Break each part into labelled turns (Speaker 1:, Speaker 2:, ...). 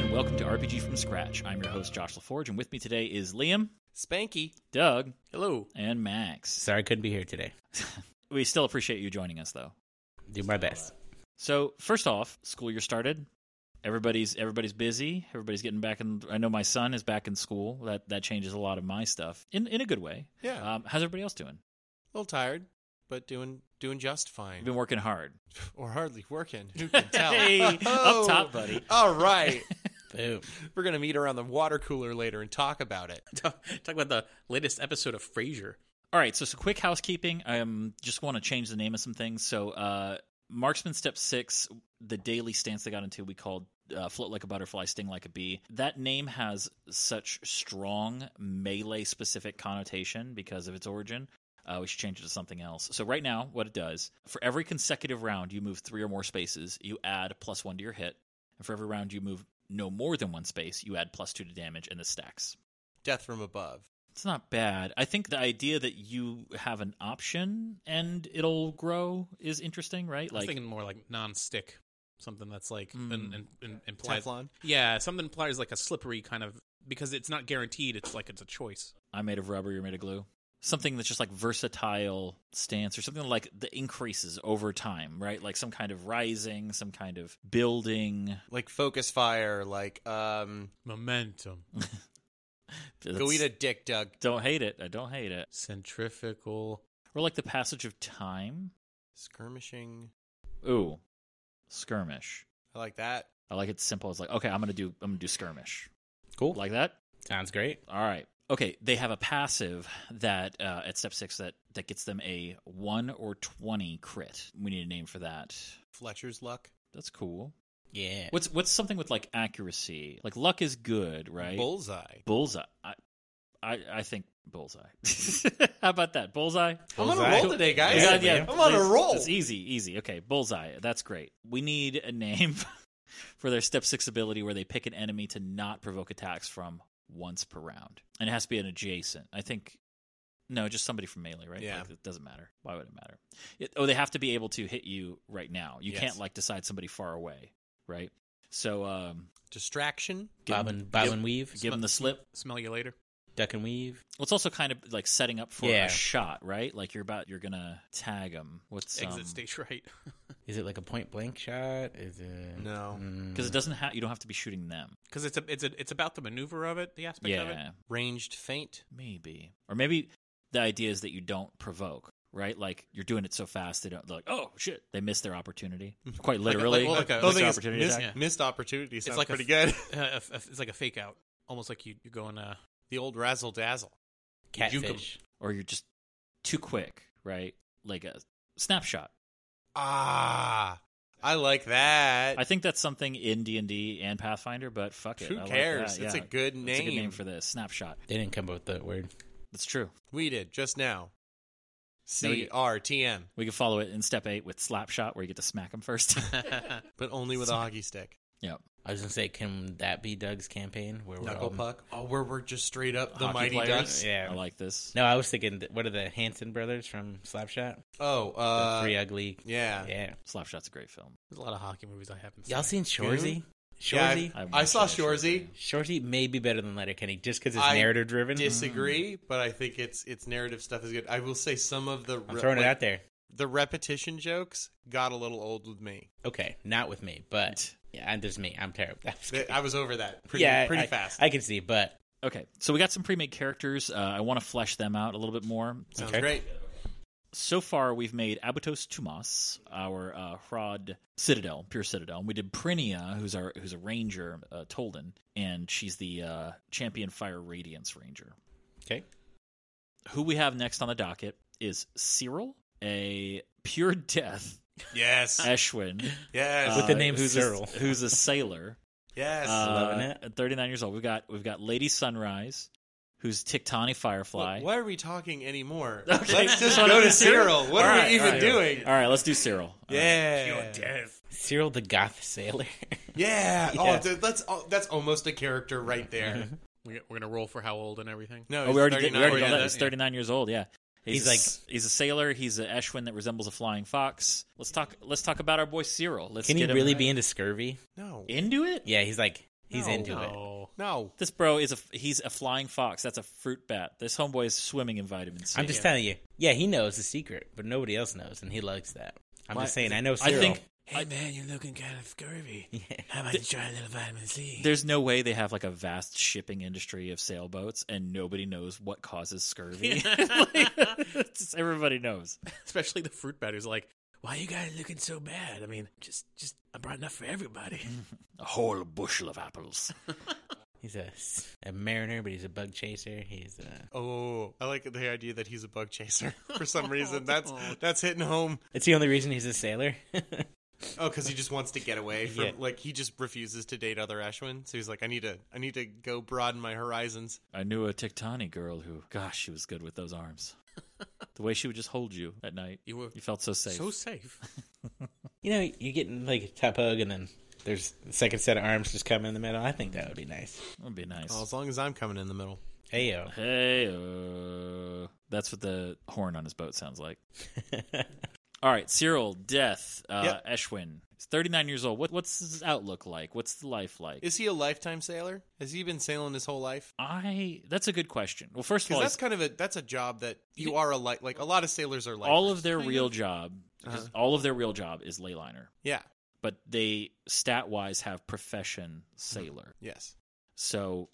Speaker 1: and welcome to RPG from Scratch. I'm your host Josh LaForge, and with me today is Liam,
Speaker 2: Spanky.
Speaker 1: Doug,
Speaker 2: Hello.
Speaker 1: and Max.
Speaker 2: Sorry I couldn't be here today.
Speaker 1: We still appreciate you joining us, though.
Speaker 2: Do my best.
Speaker 1: So first off, school year started. Everybody's everybody's busy. Everybody's getting back in. I know my son is back in school. That that changes a lot of my stuff in in a good way.
Speaker 3: Yeah.
Speaker 1: Um, how's everybody else doing?
Speaker 3: A little tired, but doing doing just fine.
Speaker 1: You've been working hard.
Speaker 3: or hardly working. Who can tell? Oh.
Speaker 1: Hey, up top, buddy.
Speaker 3: All right.
Speaker 2: Boom.
Speaker 3: We're gonna meet around the water cooler later and talk about it.
Speaker 2: Talk talk about the latest episode of Frasier.
Speaker 1: All right, so some quick housekeeping. I um, just want to change the name of some things. So, uh, Marksman Step 6, the daily stance they got into, we called uh, Float Like a Butterfly, Sting Like a Bee. That name has such strong melee specific connotation because of its origin. Uh, we should change it to something else. So, right now, what it does for every consecutive round you move three or more spaces, you add plus one to your hit. And for every round you move no more than one space, you add plus two to damage and the stacks.
Speaker 3: Death from above.
Speaker 1: It's not bad. I think the idea that you have an option and it'll grow is interesting, right?
Speaker 2: I was
Speaker 1: Like,
Speaker 2: thinking more like non-stick, something that's like
Speaker 1: Mm.
Speaker 2: an, an, an implies.
Speaker 3: Teflon?
Speaker 2: Yeah, something implies like a slippery kind of because it's not guaranteed. It's like it's a choice.
Speaker 1: I'm made of rubber, you're made of glue. Something that's just like versatile stance or something like that increases over time, right? Like some kind of rising, some kind of building.
Speaker 3: Like focus fire, like um
Speaker 2: Momentum,
Speaker 3: go
Speaker 1: That's-
Speaker 3: eat a dick, Doug.
Speaker 1: Don't hate it. I don't hate it.
Speaker 2: centrifugal.
Speaker 1: Or like the passage of time.
Speaker 3: Skirmishing.
Speaker 1: Ooh, skirmish.
Speaker 3: I like that.
Speaker 1: I like it simple. It's like, okay, I'm gonna do, I'm gonna do skirmish.
Speaker 2: Cool.
Speaker 1: Like that.
Speaker 2: Sounds great.
Speaker 1: All right. Okay, they have a passive that uh, at step six that that gets them a one or twenty crit. We need a name for that.
Speaker 3: Fletcher's luck.
Speaker 1: That's cool.
Speaker 2: Yeah.
Speaker 1: What's what's something with like accuracy? Like luck is good, right?
Speaker 3: Bullseye.
Speaker 1: bullseye. I, I I think bullseye. How about that? Bullseye.
Speaker 3: I'm on
Speaker 2: Bullseye.
Speaker 3: a roll today,
Speaker 2: Yeah,
Speaker 3: guys.
Speaker 2: yeah,
Speaker 3: I'm on a
Speaker 1: please.
Speaker 3: roll.
Speaker 1: It's easy, easy. Okay, bullseye. That's great. We need a name for their step six ability where they pick an enemy to not provoke attacks from once per round, and it has to be an adjacent. I think. No, just somebody from melee, right?
Speaker 3: Yeah.
Speaker 1: Like, it doesn't matter. Why would it matter? It, oh, they have to be able to hit you right now. You
Speaker 3: Yes.
Speaker 1: can't like decide somebody far away, right? So um,
Speaker 3: Distraction.
Speaker 1: give,
Speaker 4: Bob
Speaker 1: them,
Speaker 4: and, bob
Speaker 2: give-
Speaker 4: and weave,
Speaker 1: give them the slip.
Speaker 2: Smell you later.
Speaker 4: duck and weave.
Speaker 1: Well, it's also kind of like setting up for
Speaker 4: Yeah.
Speaker 1: a shot, right? Like you're about you're gonna tag them. What's
Speaker 2: Exit
Speaker 1: um,
Speaker 2: stage right.
Speaker 4: Is it like a point blank shot? Is it
Speaker 3: No.
Speaker 4: Mm.
Speaker 1: because it doesn't have you don't have to be shooting them.
Speaker 2: Because it's a, it's a, it's about the maneuver of it, the aspect of it.
Speaker 1: Yeah,
Speaker 3: Ranged feint.
Speaker 1: maybe or maybe the idea is that you don't provoke, right? Like you're doing it so fast they don't they're like oh shit they miss their opportunity
Speaker 3: Mm-hmm.
Speaker 1: quite
Speaker 2: Like a-
Speaker 1: literally.
Speaker 2: well, like
Speaker 1: Missed
Speaker 2: a- well,
Speaker 1: their
Speaker 2: the thing is,
Speaker 1: opportunity
Speaker 3: missed,
Speaker 1: attack.
Speaker 2: attack.
Speaker 3: missed opportunity. Sounds
Speaker 2: It's like a
Speaker 3: pretty
Speaker 2: f-
Speaker 3: good.
Speaker 2: Uh, a f- a f- it's like a fake out, almost like you you're going uh
Speaker 3: the old razzle dazzle.
Speaker 2: you can-
Speaker 4: catfish.
Speaker 1: or you're just too quick, right? Like a snapshot.
Speaker 3: Ah, I like that.
Speaker 1: I think that's something in D and D and Pathfinder, but fuck it.
Speaker 3: Who
Speaker 1: I like
Speaker 3: cares?
Speaker 1: that,
Speaker 3: It's
Speaker 1: yeah.
Speaker 3: a
Speaker 1: It's
Speaker 3: good
Speaker 1: a good name
Speaker 3: name.
Speaker 1: for this snapshot.
Speaker 4: They didn't come up with that word.
Speaker 1: That's true.
Speaker 3: We did just now.
Speaker 1: No,
Speaker 3: C
Speaker 1: you-
Speaker 3: R T M,
Speaker 1: We could follow it in step eight with slap shot, where you get to smack them first.
Speaker 3: but only with a hockey stick.
Speaker 1: yep.
Speaker 4: I was gonna say, can that be Doug's campaign? Where we're
Speaker 3: Knuckle
Speaker 4: all...
Speaker 3: puck. Oh, where we're just straight up the
Speaker 1: Hockey
Speaker 3: mighty
Speaker 1: players.
Speaker 3: ducks.
Speaker 4: Yeah.
Speaker 1: I like this.
Speaker 4: No, I was thinking, th- what are the Hanson brothers from Slapshot?
Speaker 3: Oh,
Speaker 4: The
Speaker 3: uh,
Speaker 4: Three Ugly.
Speaker 3: yeah.
Speaker 4: Yeah.
Speaker 1: Slapshot's a great film.
Speaker 2: there's a lot of hockey movies I haven't.
Speaker 4: Y'all
Speaker 2: seen.
Speaker 4: seen Shorzy?
Speaker 3: Yeah, I-
Speaker 4: Shorzy.
Speaker 3: I,
Speaker 1: I've watched
Speaker 3: saw
Speaker 1: that short
Speaker 3: Shorzy.
Speaker 1: film.
Speaker 4: Shorzy may be better than Letterkenny just because it's
Speaker 3: I
Speaker 4: narrative driven.
Speaker 3: Disagree, but I think its its narrative stuff is good. I will say some of the
Speaker 4: I'm
Speaker 3: re-
Speaker 4: throwing
Speaker 3: like,
Speaker 4: it out there.
Speaker 3: The repetition jokes got a little old with me.
Speaker 4: Okay, not with me, but yeah, and there's me. I'm terrible. I'm just
Speaker 3: Th-
Speaker 4: kidding.
Speaker 3: I was over that pretty
Speaker 4: yeah,
Speaker 3: pretty
Speaker 4: I-
Speaker 3: fast.
Speaker 4: I can see, but
Speaker 1: Okay, so we got some pre-made characters. Uh, I want to flesh them out a little bit more.
Speaker 3: Sounds
Speaker 4: okay.
Speaker 3: great.
Speaker 1: so far we've made Abatos Tumas, our uh, Hrod Citadel, pure Citadel, and we did Prinia, who's our who's a ranger, uh, Tolden, and she's the uh, Champion Fire Radiance Ranger.
Speaker 4: Okay.
Speaker 1: Who we have next on the docket is Cyril, a pure death
Speaker 3: Yes.
Speaker 1: Eshwin, uh,
Speaker 3: yes.
Speaker 4: With the name
Speaker 1: who's
Speaker 4: Cyril.
Speaker 1: a, who's a sailor.
Speaker 3: yes.
Speaker 1: uh,
Speaker 4: loving it.
Speaker 1: at 39 years old. We've got we've got Lady Sunrise, who's Tiktani Firefly.
Speaker 3: Why are we talking anymore?
Speaker 1: Okay.
Speaker 3: Let's just
Speaker 1: Wanna
Speaker 3: go
Speaker 1: do
Speaker 3: to Cyril. What
Speaker 1: All
Speaker 3: are
Speaker 1: right,
Speaker 3: we even
Speaker 1: all right.
Speaker 3: doing?
Speaker 1: All right, let's do Cyril. All right.
Speaker 3: Yeah.
Speaker 4: Cyril the Goth Sailor.
Speaker 3: Yeah.
Speaker 4: Yeah.
Speaker 3: Oh, dude, that's oh, that's almost a character right there.
Speaker 2: We're, we're gonna roll for how old and everything.
Speaker 3: No,
Speaker 1: Oh,
Speaker 3: he's
Speaker 1: we already did.
Speaker 3: 39.
Speaker 1: We already
Speaker 3: Oh,
Speaker 1: did
Speaker 3: yeah,
Speaker 1: that. He's
Speaker 3: yeah.
Speaker 1: 39 years old. Yeah.
Speaker 4: He's
Speaker 1: a s- he's a sailor. He's an Eshwin that resembles a flying fox. Let's talk. Let's talk about our boy Cyril. Let's
Speaker 4: Can he
Speaker 1: get him
Speaker 4: really be into scurvy?
Speaker 3: No,
Speaker 1: into it?
Speaker 4: Yeah, he's like he's
Speaker 3: No.
Speaker 4: into it.
Speaker 2: Oh,
Speaker 3: no.
Speaker 1: This bro is a f- he's a flying fox. That's a fruit bat. This homeboy is swimming in vitamin C.
Speaker 4: I'm just telling you. Yeah, he knows the secret, but nobody else knows, and he likes that. I'm
Speaker 1: Why-
Speaker 4: just saying. I know
Speaker 1: I
Speaker 4: Cyril.
Speaker 1: think
Speaker 5: Hey man, you're looking kind of scurvy. How about you try a little vitamin C?
Speaker 1: there's no way they have like a vast shipping industry of sailboats and nobody knows what causes scurvy. Like, just everybody knows.
Speaker 2: especially the fruit bat who's like,
Speaker 5: Why you guys looking so bad? I mean, just just I brought enough for everybody.
Speaker 1: A whole bushel of apples.
Speaker 4: he's a, s- a mariner, but he's a bug chaser. He's uh, a.
Speaker 3: Oh, I like the idea that he's a bug chaser for some reason. That's that's hitting home.
Speaker 4: It's the only reason he's a sailor.
Speaker 3: Oh, because he just wants to get away from
Speaker 4: Yeah.
Speaker 3: like he just refuses to date other Ashwin. So he's like, I need to I need to go broaden my horizons.
Speaker 1: I knew a Tiktani girl who, gosh, she was good with those arms. the way she would just hold you at night,
Speaker 2: You were
Speaker 1: you felt so safe.
Speaker 2: so safe.
Speaker 4: you know, you get like a top hug, and then there's the second set of arms just come in the middle. I think that would be nice.
Speaker 1: that would be nice.
Speaker 3: Well, as long as I'm coming in the middle.
Speaker 4: Hey yo.
Speaker 1: Hey, uh, that's what the horn on his boat sounds like. All right, Cyril, death, uh,
Speaker 3: Yep.
Speaker 1: Eshwin. He's 39 years old. What, what's his outlook like? What's the life like?
Speaker 3: Is he a lifetime sailor? Has he been sailing his whole life?
Speaker 1: I. That's a good question. Well, first of
Speaker 3: Because
Speaker 1: all,
Speaker 3: that's
Speaker 1: he's-
Speaker 3: kind of a that's a job that you are a light like a lot of sailors are like
Speaker 1: all of their real job, because all of their real job is layliner,
Speaker 3: yeah
Speaker 1: but they stat wise have profession sailor.
Speaker 3: yes
Speaker 1: So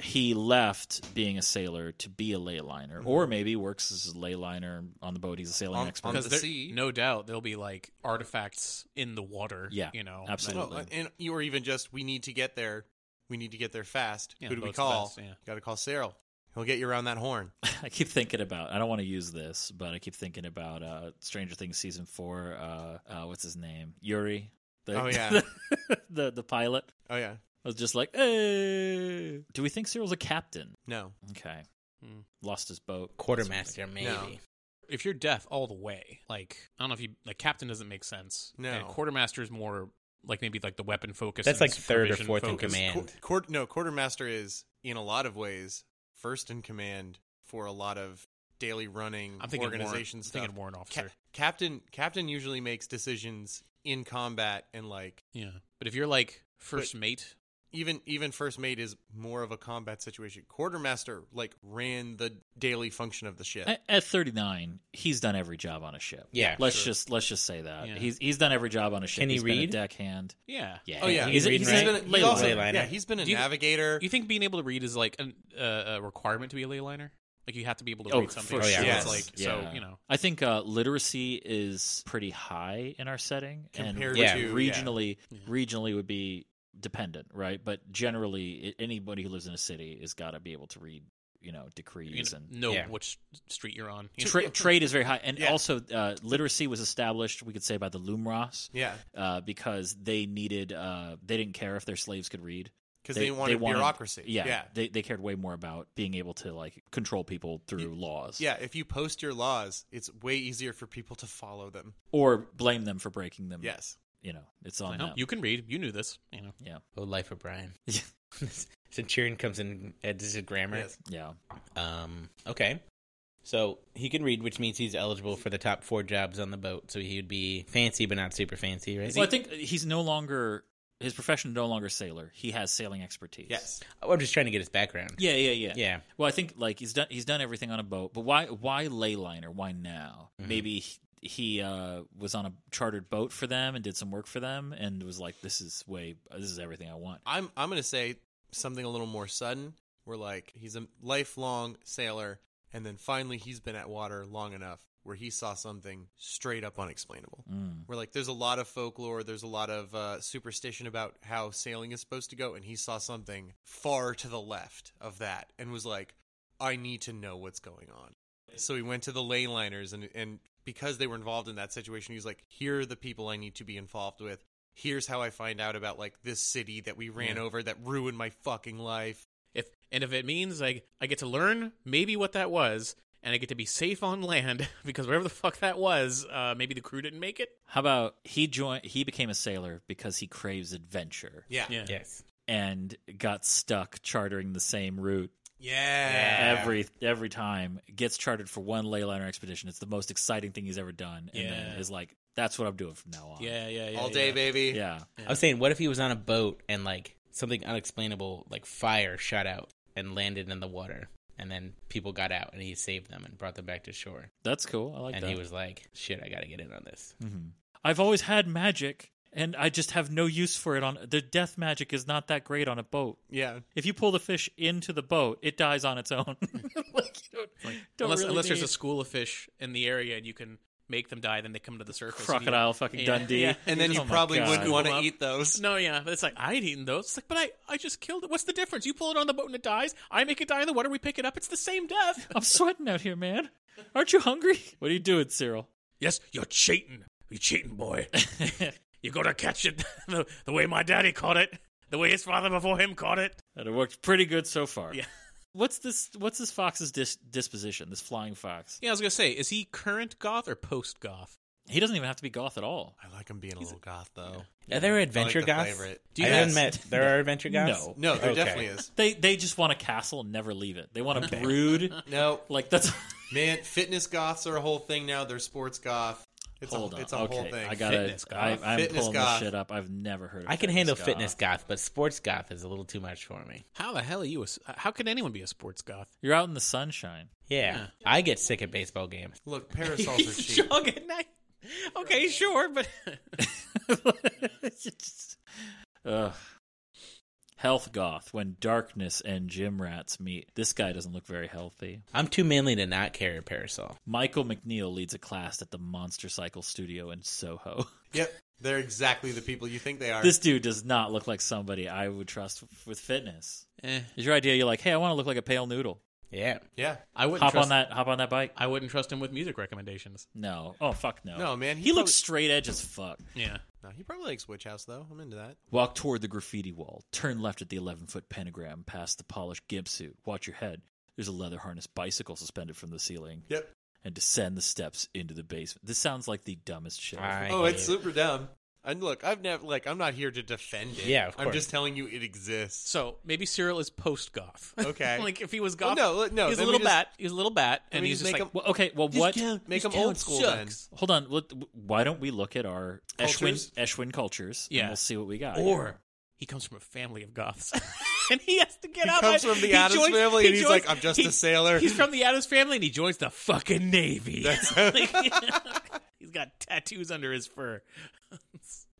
Speaker 1: he left being a sailor to be a ley liner, or maybe works as a ley liner on the boat. He's a sailing
Speaker 3: Mm-hmm. On-
Speaker 1: expert.
Speaker 3: on
Speaker 2: Because
Speaker 3: the
Speaker 2: there-
Speaker 3: sea.
Speaker 2: no doubt there'll be like artifacts in the water.
Speaker 1: Yeah,
Speaker 2: you know,
Speaker 1: absolutely.
Speaker 3: Well, and you or even just we need to get there we need to get there fast
Speaker 2: Yeah,
Speaker 3: who do we
Speaker 2: boat's
Speaker 3: call
Speaker 2: fast, yeah.
Speaker 3: got to call Cyril he'll get you around that horn
Speaker 1: I keep thinking about. I don't want to use this, but I keep thinking about uh, Stranger Things season four. Uh, uh, what's his name? Yuri. The,
Speaker 3: Oh, yeah.
Speaker 1: the the pilot.
Speaker 3: oh yeah
Speaker 1: I was just like, hey. Do we think Cyril's a captain?
Speaker 3: no
Speaker 1: Okay.
Speaker 3: Hmm.
Speaker 1: Lost his boat.
Speaker 4: Quartermaster, maybe.
Speaker 3: No.
Speaker 2: if you're deaf all the way, like I don't know if you like captain doesn't make sense.
Speaker 3: No.
Speaker 2: and quartermaster is more like maybe like the weapon focus.
Speaker 4: That's
Speaker 2: and
Speaker 4: like third or
Speaker 2: supervision
Speaker 4: fourth in
Speaker 2: focus.
Speaker 4: command.
Speaker 3: Quar- quar- no quartermaster is in a lot of ways first in command for a lot of daily running
Speaker 2: I'm thinking
Speaker 3: organization
Speaker 2: warrant- I'm
Speaker 3: stuff
Speaker 2: thinking warrant
Speaker 3: Ca-
Speaker 2: officer.
Speaker 3: captain captain usually makes decisions in combat and like
Speaker 2: Yeah, but if you're like first
Speaker 3: But-
Speaker 2: mate,
Speaker 3: even even first mate is more of a combat situation. Quartermaster like ran the daily function of the ship.
Speaker 1: At, at 39, he's done every job on a ship.
Speaker 4: Yeah,
Speaker 1: let's just let's just say that
Speaker 2: Yeah.
Speaker 1: he's he's done every job on a ship.
Speaker 4: Can he
Speaker 1: He's been a
Speaker 4: read?
Speaker 1: deckhand.
Speaker 2: yeah,
Speaker 1: Yeah.
Speaker 3: oh yeah,
Speaker 4: He's
Speaker 3: he's,
Speaker 4: reading,
Speaker 3: he's
Speaker 4: right?
Speaker 3: been a, he's
Speaker 1: Ley
Speaker 3: also,
Speaker 4: liner.
Speaker 3: yeah he's been a
Speaker 2: Do you-
Speaker 3: navigator.
Speaker 2: You think being able to read is like an, uh, a requirement to be a ley liner? Like you have to be able to
Speaker 1: Oh,
Speaker 2: read something.
Speaker 1: for
Speaker 4: Oh, yeah.
Speaker 2: So
Speaker 4: sure.
Speaker 2: it's like
Speaker 1: Yeah.
Speaker 2: so you know.
Speaker 1: I think uh, literacy is pretty high in our setting,
Speaker 3: Compared
Speaker 1: and
Speaker 4: Yeah.
Speaker 3: to-
Speaker 1: regionally, regionally would be dependent, right? But generally, i anybody who lives in a city has got to be able to read, you know,
Speaker 2: You
Speaker 1: decrees
Speaker 2: know,
Speaker 1: and
Speaker 2: know
Speaker 4: Yeah.
Speaker 2: which street you're on. You
Speaker 1: Tra-
Speaker 2: know?
Speaker 1: trade is very high, and
Speaker 3: Yeah.
Speaker 1: also uh, literacy was established. We could say by the Lumras,
Speaker 3: yeah,
Speaker 1: uh, because they needed uh, they didn't care if their slaves could read
Speaker 3: because they, wanted bureaucracy.
Speaker 1: Yeah,
Speaker 3: yeah,
Speaker 1: They, they cared way more about being able to like control people through laws,
Speaker 3: yeah. If you post your laws, it's way easier for people to follow them.
Speaker 1: or blame them for breaking them.
Speaker 3: Yes,
Speaker 1: you know, it's on
Speaker 2: I know.
Speaker 1: them.
Speaker 2: You can read. You knew this. You know.
Speaker 1: yeah,
Speaker 4: Oh, life of Brian. Centurion comes in. Uh, this is grammar.
Speaker 3: Yes.
Speaker 1: yeah.
Speaker 4: Um. Okay. So he can read, which means he's eligible for the top four jobs on the boat. So he would be fancy, but not super fancy, right?
Speaker 1: Well, I think he's no longer his profession. is No longer sailor. He has sailing expertise.
Speaker 3: yes.
Speaker 4: Oh, I'm just trying to get his background.
Speaker 1: Yeah, yeah, yeah.
Speaker 4: Yeah.
Speaker 1: Well, I think like he's done he's done everything on a boat, but why why ley liner? Why now?
Speaker 4: Mm-hmm.
Speaker 1: Maybe he, he uh, was on a chartered boat for them and did some work for them and was like, this is way this is everything I want.
Speaker 3: I'm I'm gonna say something a little more sudden. We're like he's a lifelong sailor, and then finally he's been at water long enough where he saw something straight up unexplainable. Where like there's a lot of folklore, there's a lot of uh, superstition about how sailing is supposed to go, and he saw something far to the left of that and was like, I need to know what's going on. So he went to the ley liners and and because they were involved in that situation, he was like, Here are the people I need to be involved with. Here's how I find out about like this city that we ran over that ruined my fucking life.
Speaker 2: If and if it means like I get to learn maybe what that was, and I get to be safe on land because whatever the fuck that was, uh, maybe the crew didn't make it.
Speaker 1: How about he joined? He became a sailor because he craves adventure
Speaker 3: Yeah. Yeah.
Speaker 4: Yes.
Speaker 1: and got stuck chartering the same route every every time. Gets chartered for one ley liner expedition. It's the most exciting thing he's ever done, and then
Speaker 2: Yeah.
Speaker 1: is like, "That's what I'm doing from now on."
Speaker 2: Yeah, yeah, yeah.
Speaker 3: All day,
Speaker 2: yeah.
Speaker 3: baby.
Speaker 1: yeah.
Speaker 4: I was saying, what if he was on a boat and like something unexplainable, like fire, shot out and landed in the water, and then people got out and he saved them and brought them back to shore,
Speaker 1: That's cool. I like
Speaker 4: and
Speaker 1: that.
Speaker 4: he was like, "Shit, I gotta get in on this."
Speaker 1: I've always had magic, and I just have no use for it on the death magic is not that great on a boat.
Speaker 3: Yeah.
Speaker 1: If you pull the fish into the boat, it dies on its own. like, you don't, don't
Speaker 2: unless
Speaker 1: really
Speaker 2: unless
Speaker 1: need
Speaker 2: there's a school of fish in the area and you can make them die, then they come to the surface. and you-
Speaker 1: crocodile fucking
Speaker 2: Yeah.
Speaker 1: Dundee.
Speaker 2: Yeah.
Speaker 3: And then you
Speaker 1: Oh my
Speaker 3: probably
Speaker 1: God.
Speaker 3: wouldn't want to
Speaker 2: Well,
Speaker 3: eat those.
Speaker 2: No, yeah, but it's like I had eaten those. It's like, but I, I just killed it. What's the difference? You pull it on the boat and it dies. I make it die in the water. We pick it up. It's the same death.
Speaker 1: I'm sweating out here, man. Aren't you hungry? What are you doing, Cyril?
Speaker 5: Yes, you're cheating. You're cheating, boy. you gotta catch it the, the way my daddy caught it, the way his father before him caught it.
Speaker 1: That it worked pretty good so far.
Speaker 2: Yeah.
Speaker 1: What's this? What's this fox's dis- disposition? This flying fox.
Speaker 2: yeah, I was gonna say, is he current goth or post goth?
Speaker 1: He doesn't even have to be goth at all.
Speaker 3: I like him being a little goth though.
Speaker 4: Are there adventure
Speaker 3: Mm-hmm. the
Speaker 4: guys?
Speaker 3: favorite.
Speaker 4: Do you
Speaker 3: Yes.
Speaker 4: haven't met? There are adventure guys.
Speaker 1: No.
Speaker 3: No, there
Speaker 4: Okay.
Speaker 3: definitely is.
Speaker 1: They they just want a castle and never leave it. They want to brood.
Speaker 3: No,
Speaker 1: Like that's.
Speaker 3: man, fitness goths are a whole thing now. They're sports goth. It's
Speaker 1: Hold
Speaker 3: a,
Speaker 1: on.
Speaker 3: It's a
Speaker 1: okay.
Speaker 3: whole thing.
Speaker 1: I gotta.
Speaker 2: Fitness goth.
Speaker 1: I, I'm
Speaker 3: Fitness
Speaker 1: pulling
Speaker 3: goth.
Speaker 1: this shit up. I've never heard. of
Speaker 4: I can handle
Speaker 1: goth.
Speaker 4: fitness goth, but sports goth is a little too much for me.
Speaker 2: How the hell are you? A, s- how can anyone be a sports goth?
Speaker 1: You're out in the sunshine.
Speaker 4: Yeah, I get sick at baseball games.
Speaker 3: Look, parasols are cheap.
Speaker 2: Jog at Oh, night. Okay, sure, but
Speaker 1: It's just- Ugh. Health goth when darkness and gym rats meet. This guy doesn't look very healthy.
Speaker 4: I'm too manly to not carry a parasol.
Speaker 1: Michael McNeil leads a class at the Monster Cycle Studio in Soho.
Speaker 3: Yep, they're exactly the people you think they are.
Speaker 1: This dude does not look like somebody I would trust f- with fitness.
Speaker 3: Eh.
Speaker 1: Is your idea? You're like, hey, I want to look like a pale noodle.
Speaker 4: Yeah,
Speaker 3: yeah,
Speaker 2: I wouldn't
Speaker 1: Hop
Speaker 2: trust,
Speaker 1: on that. Hop on that bike.
Speaker 2: I wouldn't trust him with music recommendations.
Speaker 1: No. Oh fuck no.
Speaker 3: No, man,
Speaker 1: He,
Speaker 3: he
Speaker 1: looks
Speaker 3: probably-
Speaker 1: straight edge as fuck.
Speaker 2: Yeah,
Speaker 3: no, he probably likes Witch House though. I'm into that.
Speaker 1: Walk toward the graffiti wall. Turn left at the 11 foot pentagram past the polished gimp suit. Watch your head. There's a leather harness bicycle suspended from the ceiling.
Speaker 3: Yep.
Speaker 1: And descend the steps into the basement. This sounds like the dumbest shit. I've
Speaker 4: I
Speaker 1: heard.
Speaker 3: oh,
Speaker 4: hate
Speaker 3: it's
Speaker 4: it.
Speaker 3: super dumb. And look, I've never like I'm not here to defend it.
Speaker 4: Yeah, of
Speaker 3: I'm
Speaker 4: course.
Speaker 3: just telling you it exists.
Speaker 2: so maybe Cyril is post goth.
Speaker 3: Okay.
Speaker 2: like if he was
Speaker 3: Well,
Speaker 2: goth,
Speaker 3: no, look, no,
Speaker 2: he's a
Speaker 3: then we
Speaker 2: little
Speaker 3: just-
Speaker 2: bat. He's a little bat,
Speaker 3: then
Speaker 2: and
Speaker 3: we
Speaker 2: he's
Speaker 3: just
Speaker 2: just
Speaker 3: make
Speaker 2: like,
Speaker 3: him-
Speaker 1: Well, okay. Well, what?
Speaker 3: Make them old school then.
Speaker 1: Hold on. Let, why don't we look at our
Speaker 3: Cultures?
Speaker 1: Eshwin, Eshwin cultures? And
Speaker 2: Yeah.
Speaker 1: we'll see what we got.
Speaker 2: Or he comes from a family of goths. and he has to get
Speaker 3: He
Speaker 2: out.
Speaker 3: comes
Speaker 2: by-
Speaker 3: from the
Speaker 2: he
Speaker 3: Addams
Speaker 2: joins-
Speaker 3: family
Speaker 2: he
Speaker 3: and he's
Speaker 2: joins-
Speaker 3: like, "I'm just
Speaker 2: he-
Speaker 3: a sailor."
Speaker 2: He's from the Addams family and he joins the fucking Navy. Like, he's got tattoos under his fur.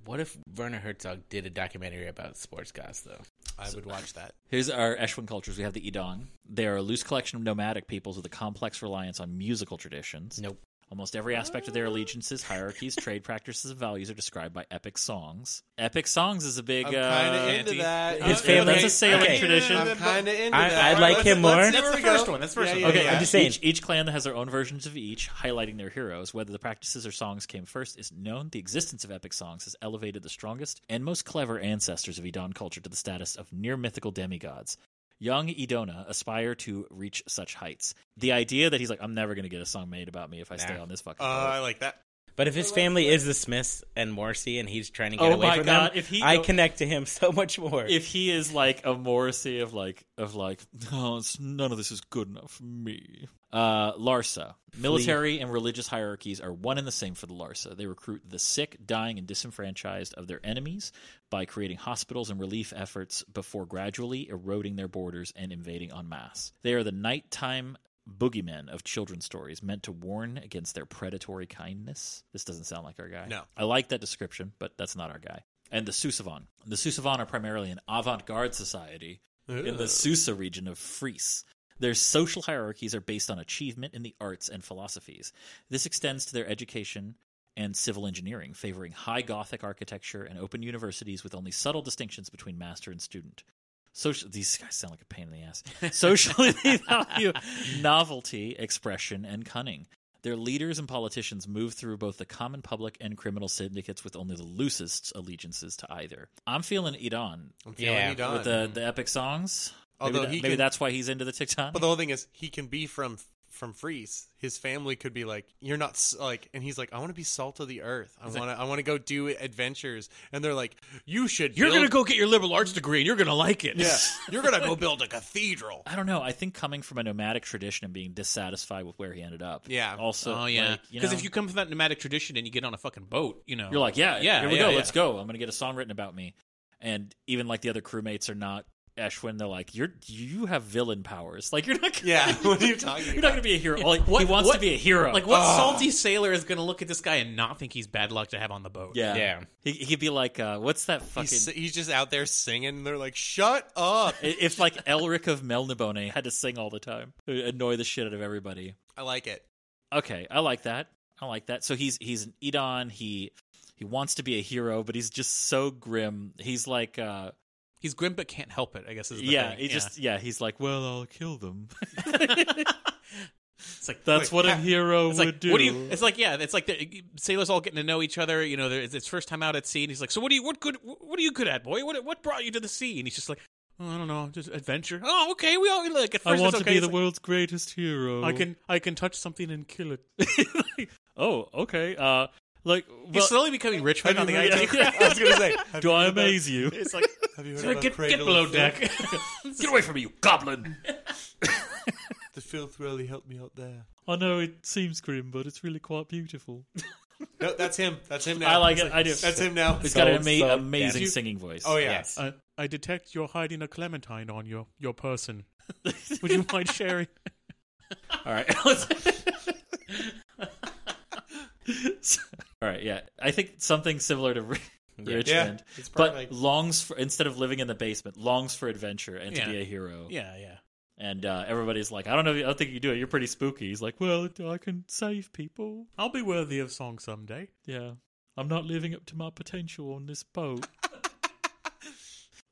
Speaker 4: What if Werner Herzog did a documentary about sports goths though?
Speaker 3: I would watch that.
Speaker 1: Here's our Eshwin cultures. We have the Idong. They are a loose collection of nomadic peoples with a complex reliance on musical traditions.
Speaker 4: Nope.
Speaker 1: Almost every aspect of their allegiances, hierarchies, trade practices, and values are described by epic songs. Epic songs is a big.
Speaker 3: I'm
Speaker 1: uh,
Speaker 3: kind of into
Speaker 2: anti-
Speaker 1: His
Speaker 3: that. I'm-
Speaker 1: family-
Speaker 3: okay.
Speaker 1: That's a sailing
Speaker 4: Okay.
Speaker 1: tradition.
Speaker 3: I'm kind of into
Speaker 4: I-
Speaker 3: that.
Speaker 4: I like
Speaker 3: Let's- let's-
Speaker 4: him more.
Speaker 3: there
Speaker 2: That's the
Speaker 3: we go.
Speaker 2: first one, that's the first
Speaker 3: Yeah,
Speaker 2: one.
Speaker 3: yeah,
Speaker 1: Okay,
Speaker 3: yeah.
Speaker 1: I'm just
Speaker 4: Yeah.
Speaker 1: saying. Each, each clan has their own versions of each, highlighting their heroes. Whether the practices or songs came first is known. The existence of epic songs has elevated the strongest and most clever ancestors of Edon culture to the status of near mythical demigods. Young Edona aspire to reach such heights. The idea that he's like, I'm never going to get a song made about me if I stay
Speaker 4: Nah.
Speaker 1: on this fucking.
Speaker 3: Uh, I
Speaker 1: boat."
Speaker 3: like that.
Speaker 4: But if
Speaker 2: Oh,
Speaker 4: his family is the Smiths and Morrissey, and he's trying to get
Speaker 1: Oh
Speaker 4: away
Speaker 1: my
Speaker 4: from
Speaker 1: God,
Speaker 4: them,
Speaker 1: if he-
Speaker 4: I connect to him so much more.
Speaker 1: if he is like a Morrissey of like of like no, it's, none of this is good enough for me. Uh, Larsa, military and religious hierarchies are one and the same for the Larsa. They recruit the sick, dying, and disenfranchised of their enemies by creating hospitals and relief efforts before gradually eroding their borders and invading en masse. They are the nighttime boogeymen of children's stories meant to warn against their predatory kindness. This doesn't sound like our guy.
Speaker 3: No.
Speaker 1: I like that description, but that's not our guy. And the Susavan. The Susavan are primarily an avant garde society in the Susa region of Fries. Their social hierarchies are based on achievement in the arts and philosophies. This extends to their education and civil engineering, favoring high Gothic architecture and open universities with only subtle distinctions between master and student. Social, these guys sound like a pain in the ass. Socially, they value novelty, expression, and cunning. Their leaders and politicians move through both the common public and criminal syndicates with only the loosest allegiances to either. I'm feeling Idan
Speaker 3: I'm feeling
Speaker 4: Yeah,
Speaker 3: he done.
Speaker 1: with the, the epic songs.
Speaker 3: Although
Speaker 1: maybe, that-
Speaker 3: he
Speaker 1: maybe
Speaker 3: can-
Speaker 1: that's why he's into the TikTok.
Speaker 3: But the whole thing is, he can be from from Freeze. His family could be like, "You're not s- like," and he's like, "I want to be salt of the earth. I want to. I want to go do adventures." And they're like, "You should.
Speaker 2: You're
Speaker 3: build-
Speaker 2: gonna go get your liberal arts degree, and you're gonna like it.
Speaker 3: Yeah, you're gonna go build a cathedral."
Speaker 1: I don't know. I think coming from a nomadic tradition and being dissatisfied with where he ended up.
Speaker 3: Yeah.
Speaker 1: Also,
Speaker 2: Oh yeah,
Speaker 1: like, you
Speaker 2: because
Speaker 1: know,
Speaker 2: if you come from that nomadic tradition and you get on a fucking boat, you know,
Speaker 1: you're like, yeah, yeah,
Speaker 2: Yeah,
Speaker 1: here we
Speaker 2: yeah,
Speaker 1: go,
Speaker 2: yeah.
Speaker 1: let's go. I'm gonna get a song written about me, and even like the other crewmates are not Eshwin. They're like, you're you have villain powers. Like you're not. Gonna,
Speaker 3: Yeah, what are you talking
Speaker 1: You're not
Speaker 3: about?
Speaker 1: gonna be a hero. Like,
Speaker 2: What-
Speaker 1: he wants to
Speaker 2: what-
Speaker 1: be a hero.
Speaker 2: like what salty sailor is gonna look at this guy and not think he's bad luck to have on the boat?
Speaker 1: Yeah.
Speaker 4: Yeah.
Speaker 1: He, he'd be like, uh, what's that fucking?
Speaker 3: He's, he's just out there singing. And they're like, "Shut up."
Speaker 1: i- if like Elric of Melnibone had to sing all the time, it would annoy the shit out of everybody.
Speaker 3: I like it.
Speaker 1: Okay, I like that. I like that. So he's he's an Edon. He he wants to be a hero, but he's just so grim. He's like, uh,
Speaker 2: he's grim but can't help it. I guess is the
Speaker 1: yeah,
Speaker 2: thing.
Speaker 1: he just yeah, he's like, well, I'll kill them.
Speaker 2: it's like
Speaker 1: That's
Speaker 2: wait,
Speaker 1: what a
Speaker 2: ha-
Speaker 1: hero
Speaker 2: It's
Speaker 1: would
Speaker 2: like
Speaker 1: do.
Speaker 2: what do you? It's like yeah, it's like the, sailors all getting to know each other. You know, they're- it's it's first time out at sea, and he's like, "So what do you what good what are you good at, boy? What what brought you to the sea?" And he's just like, oh, "I don't know, just adventure." Oh, okay, we all look at first.
Speaker 1: I want to
Speaker 2: it's okay.
Speaker 1: be
Speaker 2: It's
Speaker 1: the
Speaker 2: like,
Speaker 1: world's greatest hero.
Speaker 2: I can I can touch something and kill it.
Speaker 1: Oh, okay. Uh, like,
Speaker 2: He's
Speaker 1: well,
Speaker 2: slowly becoming rich right on the
Speaker 1: yeah,
Speaker 2: IT.
Speaker 1: yeah.
Speaker 3: I was gonna say, have
Speaker 1: do
Speaker 3: you
Speaker 1: I
Speaker 3: heard about-
Speaker 1: amaze you?
Speaker 2: It's like
Speaker 3: Have you heard
Speaker 2: "Get-
Speaker 3: about
Speaker 2: get,
Speaker 3: Cradle
Speaker 2: get below
Speaker 3: of Filth?
Speaker 2: deck.
Speaker 1: Get away from me, you goblin!
Speaker 3: The filth really helped me out there.
Speaker 1: I know it seems grim, but it's really quite beautiful.
Speaker 3: No, that's him. That's him now.
Speaker 1: I like
Speaker 3: He's
Speaker 1: it. I do.
Speaker 3: That's him now.
Speaker 1: He's got an
Speaker 4: Sold,
Speaker 1: ama-
Speaker 4: sold.
Speaker 1: amazing
Speaker 4: Yeah.
Speaker 1: singing voice.
Speaker 3: Oh yeah.
Speaker 4: Yes.
Speaker 2: I, I detect you're hiding a clementine on your your person. Would you mind sharing?
Speaker 1: All right. Let's- All right. Yeah. I think something similar to Ri- Richmond,
Speaker 3: it's
Speaker 1: but
Speaker 3: perfect.
Speaker 1: longs for instead of living in the basement, longs for adventure and
Speaker 2: Yeah.
Speaker 1: to be a hero.
Speaker 2: Yeah, yeah.
Speaker 1: And uh, everybody's like, I don't know. I don't think you do it. You're pretty spooky. He's like, Well, I can save people.
Speaker 2: I'll be worthy of song someday.
Speaker 1: Yeah. I'm not living up to my potential on this boat.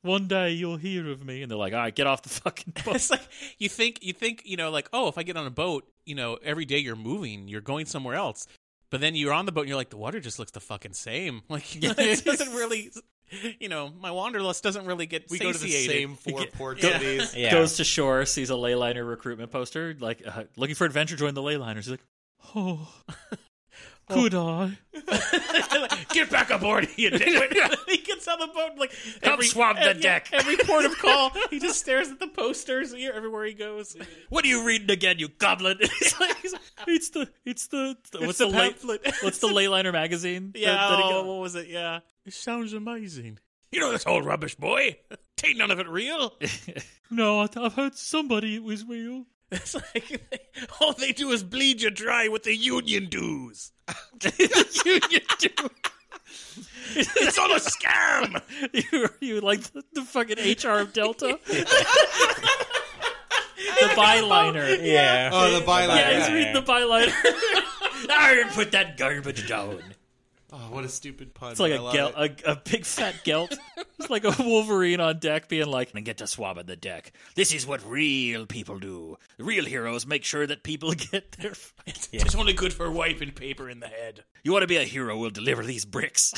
Speaker 1: One day you'll hear of me, and they're like, "All right, get off the fucking boat."
Speaker 2: It's like you think you think you know like oh if I get on a boat you know every day you're moving you're going somewhere else, but then you're on the boat and you're like the water just looks the fucking same like it doesn't really you know my wanderlust doesn't really get
Speaker 3: We go to the
Speaker 2: satiated.
Speaker 3: same four ports of these.
Speaker 4: Yeah.
Speaker 1: Goes to shore, sees a ley liner recruitment poster, like uh, looking for adventure. Join the ley liners. He's like, "Oh, could I?"
Speaker 2: Get back aboard, you dick. he gets on the boat and, like
Speaker 1: Come swab the
Speaker 2: and, yeah,
Speaker 1: deck.
Speaker 2: every port of call, he just stares at the posters here everywhere he goes.
Speaker 1: What are you reading again, you goblin? He's like- he's like, it's the it's the what's
Speaker 2: the
Speaker 1: the, ley-
Speaker 2: pamphlet.
Speaker 1: what's the ley liner magazine? that-
Speaker 2: Yeah,
Speaker 1: that he got?
Speaker 2: oh, what was it? Yeah, it sounds amazing. You know this old rubbish, boy. Tain't none of it real.
Speaker 1: no, I- I've heard somebody it was real.
Speaker 2: It's like all they do is bleed you dry with the union dues. It's all a scam.
Speaker 1: you you like the, the fucking HR of Delta. the byliner.
Speaker 4: Yeah.
Speaker 3: Oh, the byline.
Speaker 1: Yeah, he's
Speaker 4: yeah.
Speaker 1: reading the byliner. I put that garbage down.
Speaker 3: Oh, what a stupid pun!
Speaker 1: It's like
Speaker 3: I
Speaker 1: a,
Speaker 3: love
Speaker 1: gel-
Speaker 3: it.
Speaker 1: a a big fat gelt. It's like a Wolverine on deck being like, and get to swabbing the deck. This is what real people do. Real heroes make sure that people get their.
Speaker 2: It's only good for wiping paper in the head.
Speaker 1: You want to be a hero, we'll deliver these bricks.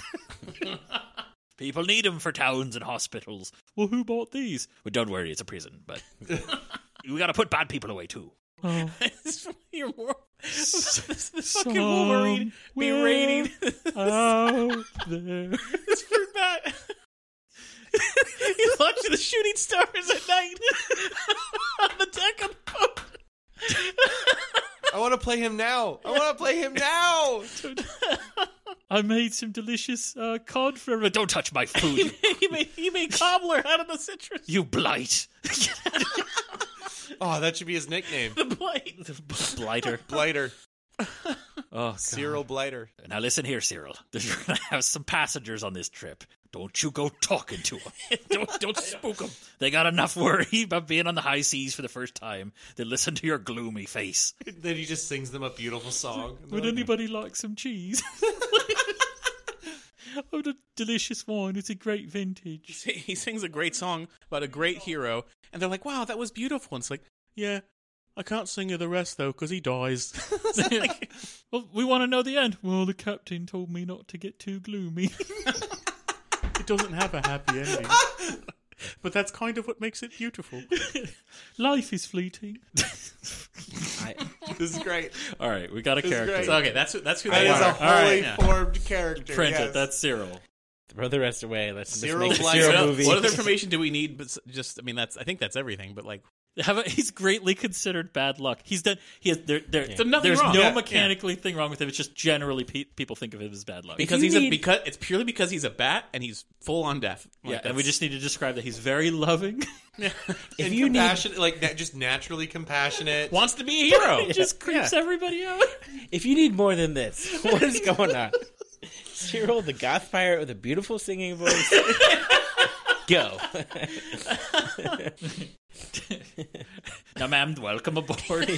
Speaker 1: people need them for towns and hospitals. Well, who bought these? Well, don't worry, it's a prison, but we got to put bad people away too.
Speaker 2: You're more this, this fucking Wolverine berating uh,
Speaker 1: out there.
Speaker 2: this fruit bat. He's watching the shooting stars at night on the deck of the boat.
Speaker 3: I want to play him now. I want to play him now.
Speaker 1: I made some delicious uh, cod for everyone. Don't touch my food, you,
Speaker 2: He made he made cobbler out of the citrus.
Speaker 1: you blight.
Speaker 3: Oh, that should be his nickname,
Speaker 2: The blight.
Speaker 1: Blighter.
Speaker 3: Blighter.
Speaker 1: Oh, God.
Speaker 3: Cyril Blighter.
Speaker 1: Now listen here, Cyril. We're gonna have some passengers on this trip. Don't you go talking to them. don't don't spook them. They got enough worry about being on the high seas for the first time. They listen to your gloomy face.
Speaker 3: Then he just sings them a beautiful song. And they're
Speaker 1: Would
Speaker 3: like,
Speaker 1: anybody like some cheese? oh, the delicious wine! It's a great vintage.
Speaker 2: He sings a great song about a great hero, and they're like, "Wow, that was beautiful." And it's like, "Yeah, I can't sing you the rest though, because he dies."
Speaker 1: well, we want to know the end. Well, the captain told me not to get too gloomy.
Speaker 2: it doesn't have a happy ending. But that's kind of what makes it beautiful.
Speaker 1: Life is fleeting.
Speaker 3: This is great.
Speaker 1: All right, we got a
Speaker 3: This is
Speaker 1: character.
Speaker 3: great.
Speaker 2: So, okay, that's who- that's who
Speaker 3: That
Speaker 2: they
Speaker 3: is a
Speaker 2: are.
Speaker 3: wholly
Speaker 2: All right.
Speaker 3: formed character.
Speaker 1: Print
Speaker 3: yes.
Speaker 1: it. That's Cyril.
Speaker 4: Throw the rest away. Let's just
Speaker 3: Zero
Speaker 4: make
Speaker 3: black-
Speaker 4: a zero
Speaker 3: Zero-
Speaker 4: movie.
Speaker 2: What other information do we need? But s- just, I mean, that's I think that's everything. But like,
Speaker 1: Have a, he's greatly considered bad luck. He's done. He has there. there
Speaker 2: There's nothing
Speaker 1: there's
Speaker 2: wrong.
Speaker 1: no
Speaker 2: Yeah, yeah.
Speaker 1: mechanically thing wrong with him. It's just generally pe- people think of him as bad luck.
Speaker 2: because
Speaker 4: you
Speaker 2: he's a
Speaker 4: need-
Speaker 2: because it's purely because he's a bat and he's full on deaf. Like,
Speaker 1: yeah, and we
Speaker 2: that's-
Speaker 1: just need to describe that he's very loving.
Speaker 3: And
Speaker 4: you need-
Speaker 3: compassionate, like na- just naturally compassionate.
Speaker 2: wants to be a hero.
Speaker 1: It just creeps everybody out.
Speaker 4: If you need more than this, what is going on? Cyril, the goth pirate with a beautiful singing voice. Go.
Speaker 1: now, ma'am, welcome aboard.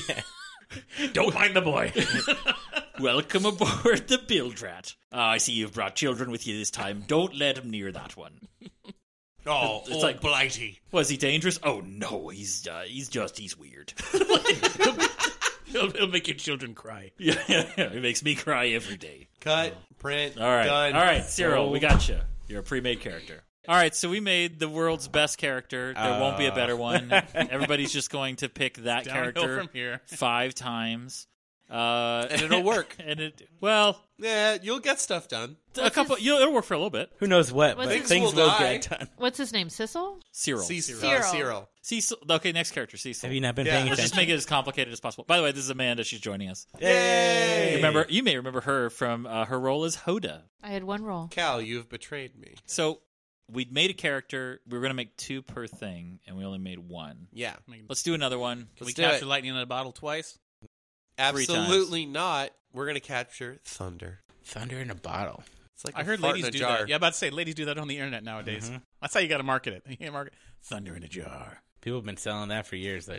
Speaker 2: Don't mind the boy.
Speaker 1: Welcome aboard the Build Rat. Ah, I see you've brought children with you this time. Don't let him near that one.
Speaker 3: oh,
Speaker 1: it's
Speaker 3: oh,
Speaker 1: like-
Speaker 3: blighty.
Speaker 1: Was he dangerous? Oh no, he's uh, he's just he's weird.
Speaker 2: He'll, he'll make your children cry.
Speaker 1: yeah, yeah, yeah, it makes me cry every day.
Speaker 3: Cut. Print.
Speaker 1: All right,
Speaker 3: Done.
Speaker 1: all right, Cyril,
Speaker 2: Oh.
Speaker 1: we got you. You're a pre-made character. All right, so we made the world's best character. There won't be a better one. Everybody's just going to pick that
Speaker 2: Downhill
Speaker 1: character
Speaker 2: from here.
Speaker 1: five times, uh,
Speaker 3: And it'll work.
Speaker 1: and it well,
Speaker 3: Yeah, you'll get stuff done.
Speaker 1: a couple. you know, it'll work for a little bit.
Speaker 4: Who knows what,
Speaker 6: Was
Speaker 4: but
Speaker 6: it-
Speaker 4: things,
Speaker 3: Things will
Speaker 4: will
Speaker 3: die.
Speaker 4: get done.
Speaker 6: What's his name? Sissel?
Speaker 1: Cyril.
Speaker 3: Cecil.
Speaker 6: Cyril.
Speaker 3: Uh, Cyril.
Speaker 1: Cecil. Okay, next character, Cecil.
Speaker 4: Have you not been
Speaker 3: Yeah.
Speaker 4: paying
Speaker 3: Let's
Speaker 1: Let's just make
Speaker 4: attention?
Speaker 1: it as complicated as possible. By the way, this is Amanda. She's joining us.
Speaker 3: Yay!
Speaker 1: You remember, you may remember her from uh, her role as Hoda.
Speaker 6: I had one roll.
Speaker 3: Cal, you have betrayed me.
Speaker 1: So we'd made a character. We were going to make two per thing, and we only made one.
Speaker 3: Yeah,
Speaker 1: Let's do another one.
Speaker 2: Can
Speaker 3: Let's
Speaker 2: we
Speaker 3: do
Speaker 2: capture
Speaker 3: it.
Speaker 2: lightning in a bottle twice?
Speaker 1: Three times.
Speaker 3: absolutely not. We're gonna capture thunder.
Speaker 4: Thunder in a bottle.
Speaker 3: It's like
Speaker 2: I
Speaker 3: a
Speaker 2: heard
Speaker 3: fart
Speaker 2: ladies
Speaker 3: in a
Speaker 2: do
Speaker 3: jar.
Speaker 2: that. Yeah, I'm about to say ladies do that on the internet nowadays.
Speaker 4: Mm-hmm.
Speaker 2: That's how you got to market it. You can't market thunder in a jar.
Speaker 4: People have been selling that for years. Though.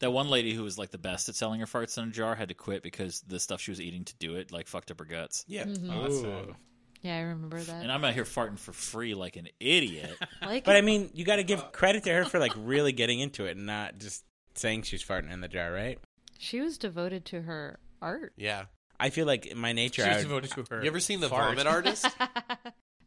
Speaker 1: That one lady who was like the best at selling her farts in a jar had to quit because the stuff she was eating to do it like fucked up her guts.
Speaker 3: yeah.
Speaker 6: Mm-hmm.
Speaker 4: Ooh.
Speaker 6: Yeah, I remember that.
Speaker 1: And I'm out here farting for free like an idiot.
Speaker 6: like
Speaker 4: But I mean, you got to give credit to her for like really getting into it and not just saying she's farting in the jar, right?
Speaker 6: she was devoted to her art.
Speaker 3: Yeah.
Speaker 4: I feel like in my nature, I
Speaker 2: She's
Speaker 4: would-
Speaker 2: devoted to her.
Speaker 3: You ever seen the
Speaker 2: fart.
Speaker 3: vomit artist?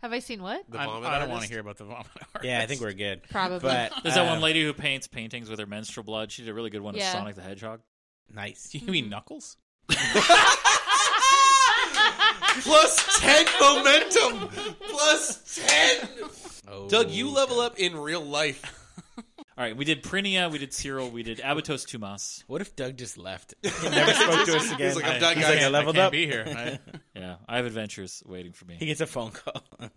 Speaker 6: Have I seen what?
Speaker 3: The
Speaker 2: I,
Speaker 3: vomit
Speaker 2: I don't want
Speaker 3: artist?
Speaker 2: to hear about the vomit artist.
Speaker 4: yeah, I think we're good.
Speaker 6: Probably.
Speaker 4: But
Speaker 1: There's that one
Speaker 4: um,
Speaker 1: lady who paints paintings with her menstrual blood. She did a really good one of
Speaker 6: Yeah.
Speaker 1: Sonic the Hedgehog.
Speaker 4: Nice.
Speaker 2: You mean Knuckles?
Speaker 3: Plus ten momentum. Plus ten.
Speaker 4: Oh,
Speaker 3: Doug, you level up in real life.
Speaker 1: All right, we did Prinia, we did Cyril, we did Abatos Tumas.
Speaker 4: What if Doug just left? He never spoke to us again.
Speaker 3: He's like, I'm done,
Speaker 4: He's
Speaker 3: guys.
Speaker 4: like, I
Speaker 3: I
Speaker 4: leveled
Speaker 2: I can't
Speaker 4: up.
Speaker 2: be here. I-
Speaker 1: Yeah, I have adventures waiting for me.
Speaker 4: He gets a phone call.
Speaker 2: the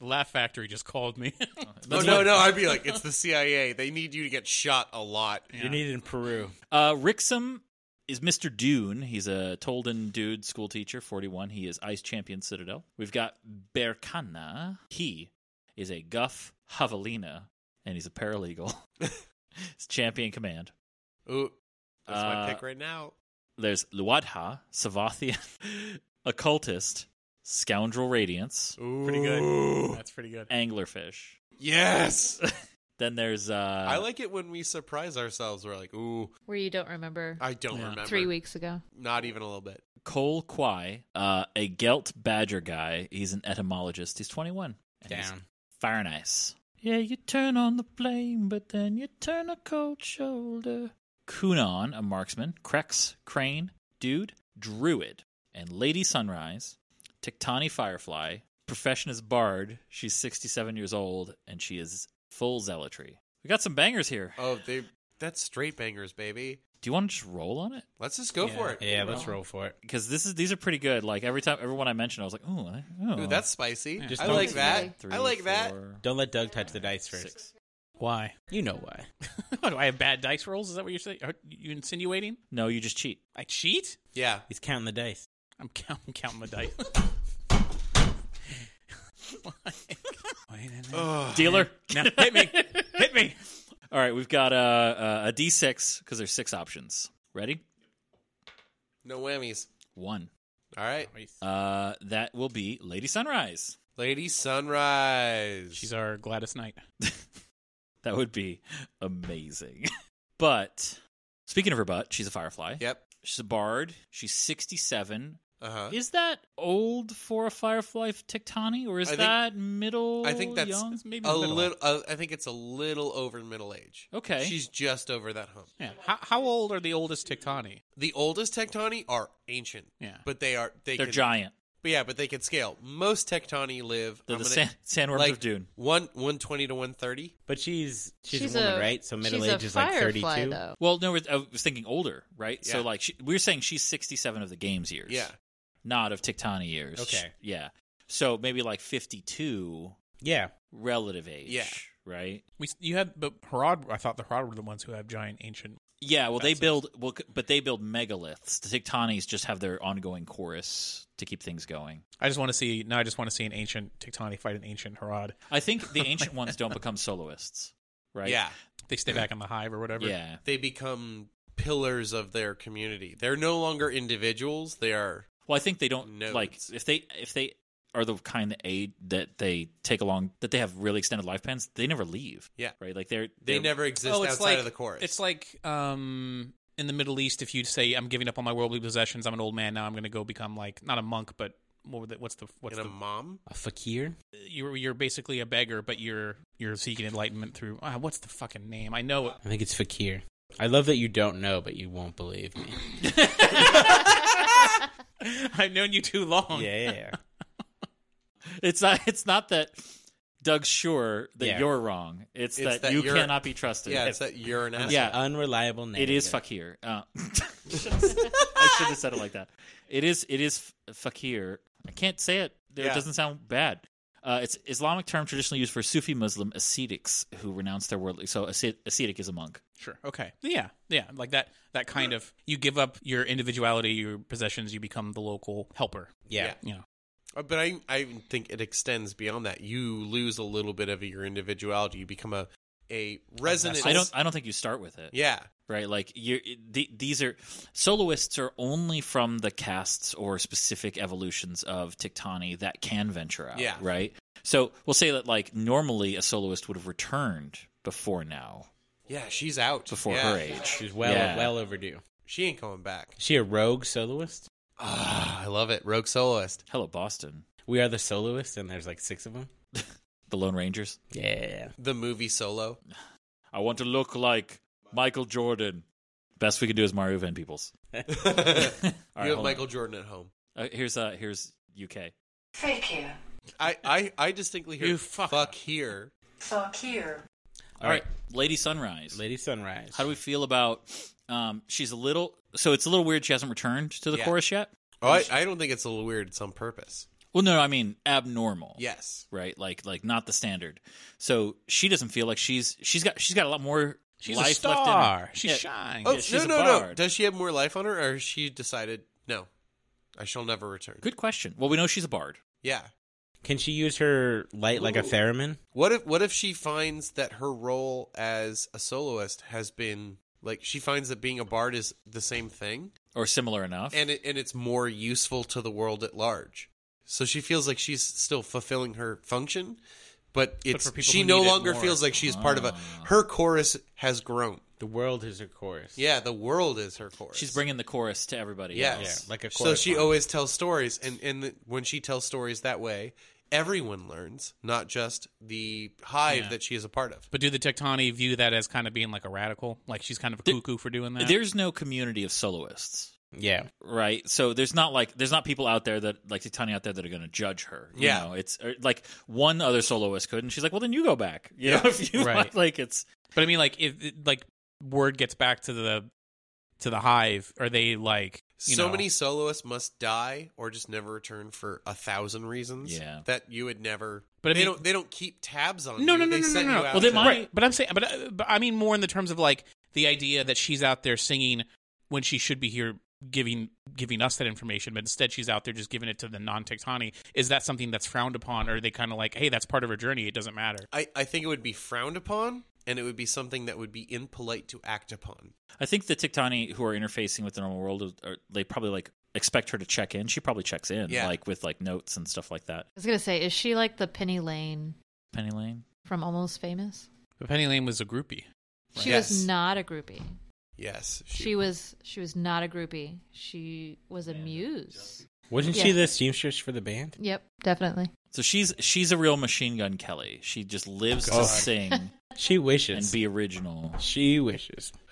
Speaker 2: Laugh Factory just called me.
Speaker 3: No, no, no. I'd be like, it's the CIA. They need you to get shot a lot.
Speaker 4: You're needed in Peru.
Speaker 1: Uh, Rixum is Mr. Dune. He's a Tolden dude school teacher, 41. He is Ice Champion Citadel. We've got Berkana. He is a Guff Javelina, and he's a paralegal. it's Champion Command.
Speaker 3: Ooh, that's my
Speaker 1: Uh,
Speaker 3: pick right now.
Speaker 1: There's Luadha, Savathian, Occultist, Scoundrel Radiance,
Speaker 2: Pretty good. That's pretty good.
Speaker 1: Anglerfish.
Speaker 3: Yes.
Speaker 1: Then there's uh
Speaker 3: I like it when we surprise ourselves. We're like, ooh,
Speaker 6: Where you don't remember
Speaker 3: I don't
Speaker 1: Yeah.
Speaker 3: remember.
Speaker 6: three weeks ago.
Speaker 3: Not even a little bit.
Speaker 1: Cole Kwai, uh, a Gelt Badger guy. He's an etymologist. He's 21. And he's
Speaker 4: Down.
Speaker 1: Fire and ice. Yeah, you turn on the flame, but then you turn a cold shoulder. Kunon, a marksman. Krex, Crane, Dude, Druid, and Lady Sunrise. Tiktani Firefly. Profession is Bard. She's 67 years old, and she is full zealotry. We got some bangers here.
Speaker 3: Oh, they that's straight bangers, baby.
Speaker 1: Do you want to just roll on it?
Speaker 3: Let's just go for it.
Speaker 4: Yeah, let's roll for it.
Speaker 1: Because this is these are pretty good. Like every time, everyone I mentioned, I was like, "Ooh, I- oh,
Speaker 3: Ooh, that's spicy.
Speaker 4: Just
Speaker 3: I
Speaker 4: don't-
Speaker 3: like that.
Speaker 1: Three,
Speaker 3: I like that.
Speaker 1: four,
Speaker 4: Don't let Doug touch the dice first.
Speaker 1: six.
Speaker 2: Why?
Speaker 4: You know why.
Speaker 2: What, do I have bad dice rolls? Is that what you're saying? Are you insinuating?
Speaker 1: No, you just cheat.
Speaker 2: I cheat?
Speaker 3: Yeah.
Speaker 4: He's counting the dice.
Speaker 2: I'm, count- I'm counting my dice. Wait a minute.
Speaker 1: Dealer.
Speaker 2: Now, hit me. Hit me.
Speaker 1: Oh, All right, we've got uh, a, a d6 because there's six options. Ready?
Speaker 3: No whammies.
Speaker 1: One.
Speaker 3: All right.
Speaker 1: Uh, that will be Lady Sunrise.
Speaker 3: Lady Sunrise.
Speaker 2: She's our Gladys Knight.
Speaker 1: That would be amazing. but speaking of her butt, she's a firefly.
Speaker 3: Yep.
Speaker 1: She's a bard. She's 67.
Speaker 3: Uh huh.
Speaker 1: Is that old for a firefly Tectani, or is
Speaker 3: I think-
Speaker 1: that middle?
Speaker 3: I think that's
Speaker 1: young? maybe
Speaker 3: a
Speaker 1: middle.
Speaker 3: little. Uh, I think it's a little over middle age.
Speaker 1: Okay.
Speaker 3: She's just over that hump.
Speaker 2: Yeah. How, how old are the oldest Tiktani?
Speaker 3: The oldest Tectani are ancient.
Speaker 2: Yeah.
Speaker 3: But they are. They
Speaker 1: They're
Speaker 3: can,
Speaker 1: giant.
Speaker 3: But yeah, but they can scale. Most Tectani live.
Speaker 1: They're
Speaker 3: I'm
Speaker 1: the
Speaker 3: gonna-
Speaker 1: sand, sandworms
Speaker 3: like
Speaker 1: of Dune.
Speaker 3: One one twenty to one thirty.
Speaker 4: But she's she's, a woman, right? So middle
Speaker 6: she's a
Speaker 4: age is like thirty
Speaker 6: firefly,
Speaker 4: two.
Speaker 6: Though.
Speaker 1: Well, no, I was thinking older, right? So,
Speaker 3: Yeah.
Speaker 1: like, she, we were saying she's 67 of the game's years.
Speaker 3: Yeah.
Speaker 1: Not of Tiktani years.
Speaker 4: Okay.
Speaker 1: Yeah. So maybe like 52
Speaker 4: Yeah.
Speaker 1: relative age.
Speaker 3: Yeah.
Speaker 1: Right?
Speaker 2: We s- you had but Harad. I thought the Harad were the ones who have giant ancient.
Speaker 1: Yeah. Well, they
Speaker 2: That's it.
Speaker 1: build, well, c- but they build megaliths. The Tiktanis just have their ongoing chorus to keep things going.
Speaker 2: I just want to see. Now I just want to see an ancient Tiktani fight an ancient Harad.
Speaker 1: I think the ancient ones don't become soloists, right?
Speaker 3: Yeah.
Speaker 2: They stay back in the hive or whatever.
Speaker 1: Yeah.
Speaker 3: They become pillars of their community. They're no longer individuals. They are.
Speaker 1: Well, I think they don't like
Speaker 3: Nodes.
Speaker 1: if they if they are the kind that aid that they take along that they have really extended lifespans. They never leave.
Speaker 3: Yeah.
Speaker 1: Right. Like they're,
Speaker 3: They
Speaker 1: they're Oh,
Speaker 3: never exist outside of the chorus.
Speaker 2: Oh, It's like um in the Middle East, if you say I'm giving up on my worldly possessions, I'm an old man now. I'm going to go become like not a monk, but what were the, what's the what's
Speaker 3: and a
Speaker 2: the
Speaker 3: mom.
Speaker 4: A fakir.
Speaker 2: you're you're basically a beggar, but you're you're seeking enlightenment through ah, what's the fucking name? I know it.
Speaker 4: I think it's fakir. I love that you don't know, but you won't believe me.
Speaker 2: I've known you too long.
Speaker 4: yeah, yeah.
Speaker 1: It's not. It's not that Doug's sure that
Speaker 4: Yeah.
Speaker 1: you're wrong. It's,
Speaker 3: It's
Speaker 1: that,
Speaker 3: that
Speaker 1: you
Speaker 3: you're-
Speaker 1: cannot be trusted.
Speaker 3: Yeah, it's that you're an
Speaker 1: Yeah.
Speaker 3: asshole.
Speaker 4: Unreliable name.
Speaker 1: it is fakir. Uh, I should have said it like that. It is. It is f- fakir. I can't say it. It
Speaker 3: Yeah.
Speaker 1: doesn't sound bad. Uh, it's Islamic term traditionally used for Sufi Muslim ascetics who renounce their worldly. So asce- ascetic is a monk.
Speaker 2: Sure. Okay. Yeah. Yeah. Like that. That kind of you give up your individuality, your possessions, you become the local helper.
Speaker 4: Yeah.
Speaker 3: Yeah.
Speaker 2: You know.
Speaker 3: Uh, But I, I think it extends beyond that. You lose a little bit of your individuality. You become a, a resident.
Speaker 1: I don't. I don't think you start with it.
Speaker 3: Yeah.
Speaker 1: right like you the, these are soloists are only from the casts or specific evolutions of Tiktani that can venture out
Speaker 3: Yeah.
Speaker 1: right so we'll say that like normally a soloist would have returned before now
Speaker 3: Yeah. She's out
Speaker 1: before
Speaker 3: Yeah.
Speaker 1: her age
Speaker 4: She's well
Speaker 1: Yeah.
Speaker 4: well overdue.
Speaker 3: She ain't coming back.
Speaker 4: Is she a rogue soloist?
Speaker 3: Ah, I love it. Rogue soloist.
Speaker 1: hello boston
Speaker 4: We are the soloists, and there's like six of them.
Speaker 1: the lone rangers
Speaker 4: Yeah.
Speaker 3: The movie Solo.
Speaker 1: i want to look like michael jordan best we can do is mario van peoples
Speaker 3: you
Speaker 1: hold
Speaker 3: have
Speaker 1: on.
Speaker 3: Michael Jordan at home.
Speaker 1: uh, here's uh here's uk
Speaker 7: Thank you.
Speaker 3: I, I, I distinctly hear
Speaker 2: You fuck.
Speaker 3: here.
Speaker 7: Fuck you.
Speaker 1: all right. lady sunrise
Speaker 4: Lady Sunrise.
Speaker 1: how do we feel about um she's a little so it's a little weird she hasn't returned to the
Speaker 3: Yeah.
Speaker 1: chorus yet
Speaker 3: Oh, I, I don't think it's a little weird. It's on purpose.
Speaker 1: Well, no, I mean abnormal.
Speaker 3: Yes.
Speaker 1: right. Like like not the standard. So she doesn't feel like she's she's got she's got a lot more
Speaker 2: She's
Speaker 1: life
Speaker 2: a
Speaker 1: left in
Speaker 2: star.
Speaker 1: her.
Speaker 2: She
Speaker 1: Yeah.
Speaker 2: shines.
Speaker 3: Oh
Speaker 1: Yeah, she's
Speaker 3: no
Speaker 1: a
Speaker 3: no no!
Speaker 1: bard.
Speaker 3: Does she have more life on her, or has she decided no? I shall never return.
Speaker 1: Good question. Well, we know she's a bard.
Speaker 3: Yeah.
Speaker 4: Can she use her light like a theremin?
Speaker 3: What if what if she finds that her role as a soloist has been like she finds that being a bard is the same thing?
Speaker 1: or similar enough.
Speaker 3: and it, and it's more useful to the world at large. So she feels like she's still fulfilling her function, but it's
Speaker 2: for people
Speaker 3: she
Speaker 2: who
Speaker 3: no
Speaker 2: need it
Speaker 3: longer
Speaker 2: more.
Speaker 3: feels like she's part of a. Her chorus has grown.
Speaker 4: The world is a chorus.
Speaker 3: Yeah, the world is her chorus.
Speaker 1: She's bringing the chorus to everybody.
Speaker 3: yes,
Speaker 1: else.
Speaker 4: Yeah, like a
Speaker 3: So
Speaker 4: chorus
Speaker 3: she
Speaker 4: line.
Speaker 3: always tells stories, and and the, when she tells stories that way, everyone learns, not just the hive that she is a part of.
Speaker 2: But do the Tectani view that as kind of being like a radical? Like she's kind of a cuckoo for doing that?
Speaker 1: There's no community of soloists.
Speaker 4: Yeah.
Speaker 1: right so there's not like there's not people out there that like titania out there that are going to judge her you
Speaker 3: Yeah.
Speaker 1: know it's or, like one other soloist could and she's like well then you go back you know if you
Speaker 2: Right.
Speaker 1: want. like it's
Speaker 2: But I mean, like, if it- like word gets back to the to the hive, are they like you
Speaker 3: so
Speaker 2: know-
Speaker 3: many soloists must die or just never return for a thousand reasons.
Speaker 1: Yeah.
Speaker 3: that you would never.
Speaker 2: But I
Speaker 3: they
Speaker 2: mean-
Speaker 3: don't. They don't keep tabs on.
Speaker 2: No,
Speaker 3: you.
Speaker 2: no, no,
Speaker 3: They
Speaker 2: no, no,
Speaker 3: send
Speaker 2: no,
Speaker 3: you
Speaker 2: no.
Speaker 3: out
Speaker 1: Well, they
Speaker 3: to-
Speaker 1: might-
Speaker 2: right? But I'm saying, but, I- but I mean more in the terms of like the idea that she's out there singing when she should be here giving giving us that information, but instead she's out there just giving it to the non Tectani. Is that something that's frowned upon, or are they kind of like, hey, that's part of her journey, it doesn't matter?
Speaker 3: I, I think it would be frowned upon, and it would be something that would be impolite to act upon.
Speaker 1: i think the titani who are interfacing with the normal world are, they probably like expect her to check in she probably checks in
Speaker 3: Yeah.
Speaker 1: like with like notes and stuff like that
Speaker 6: was gonna say, is she like the Penny Lane
Speaker 1: penny lane
Speaker 6: from Almost Famous?
Speaker 2: But Penny Lane was a groupie.
Speaker 6: She
Speaker 3: Yes.
Speaker 6: was not a groupie.
Speaker 3: Yes,
Speaker 6: She, was she was not a groupie. She was a muse.
Speaker 4: Wasn't
Speaker 6: Yeah.
Speaker 4: she the seamstress for the band?
Speaker 6: Yep, definitely.
Speaker 1: so she's she's a real machine gun kelly she just lives to sing
Speaker 4: She
Speaker 1: and
Speaker 4: wishes.
Speaker 1: be original
Speaker 4: she wishes.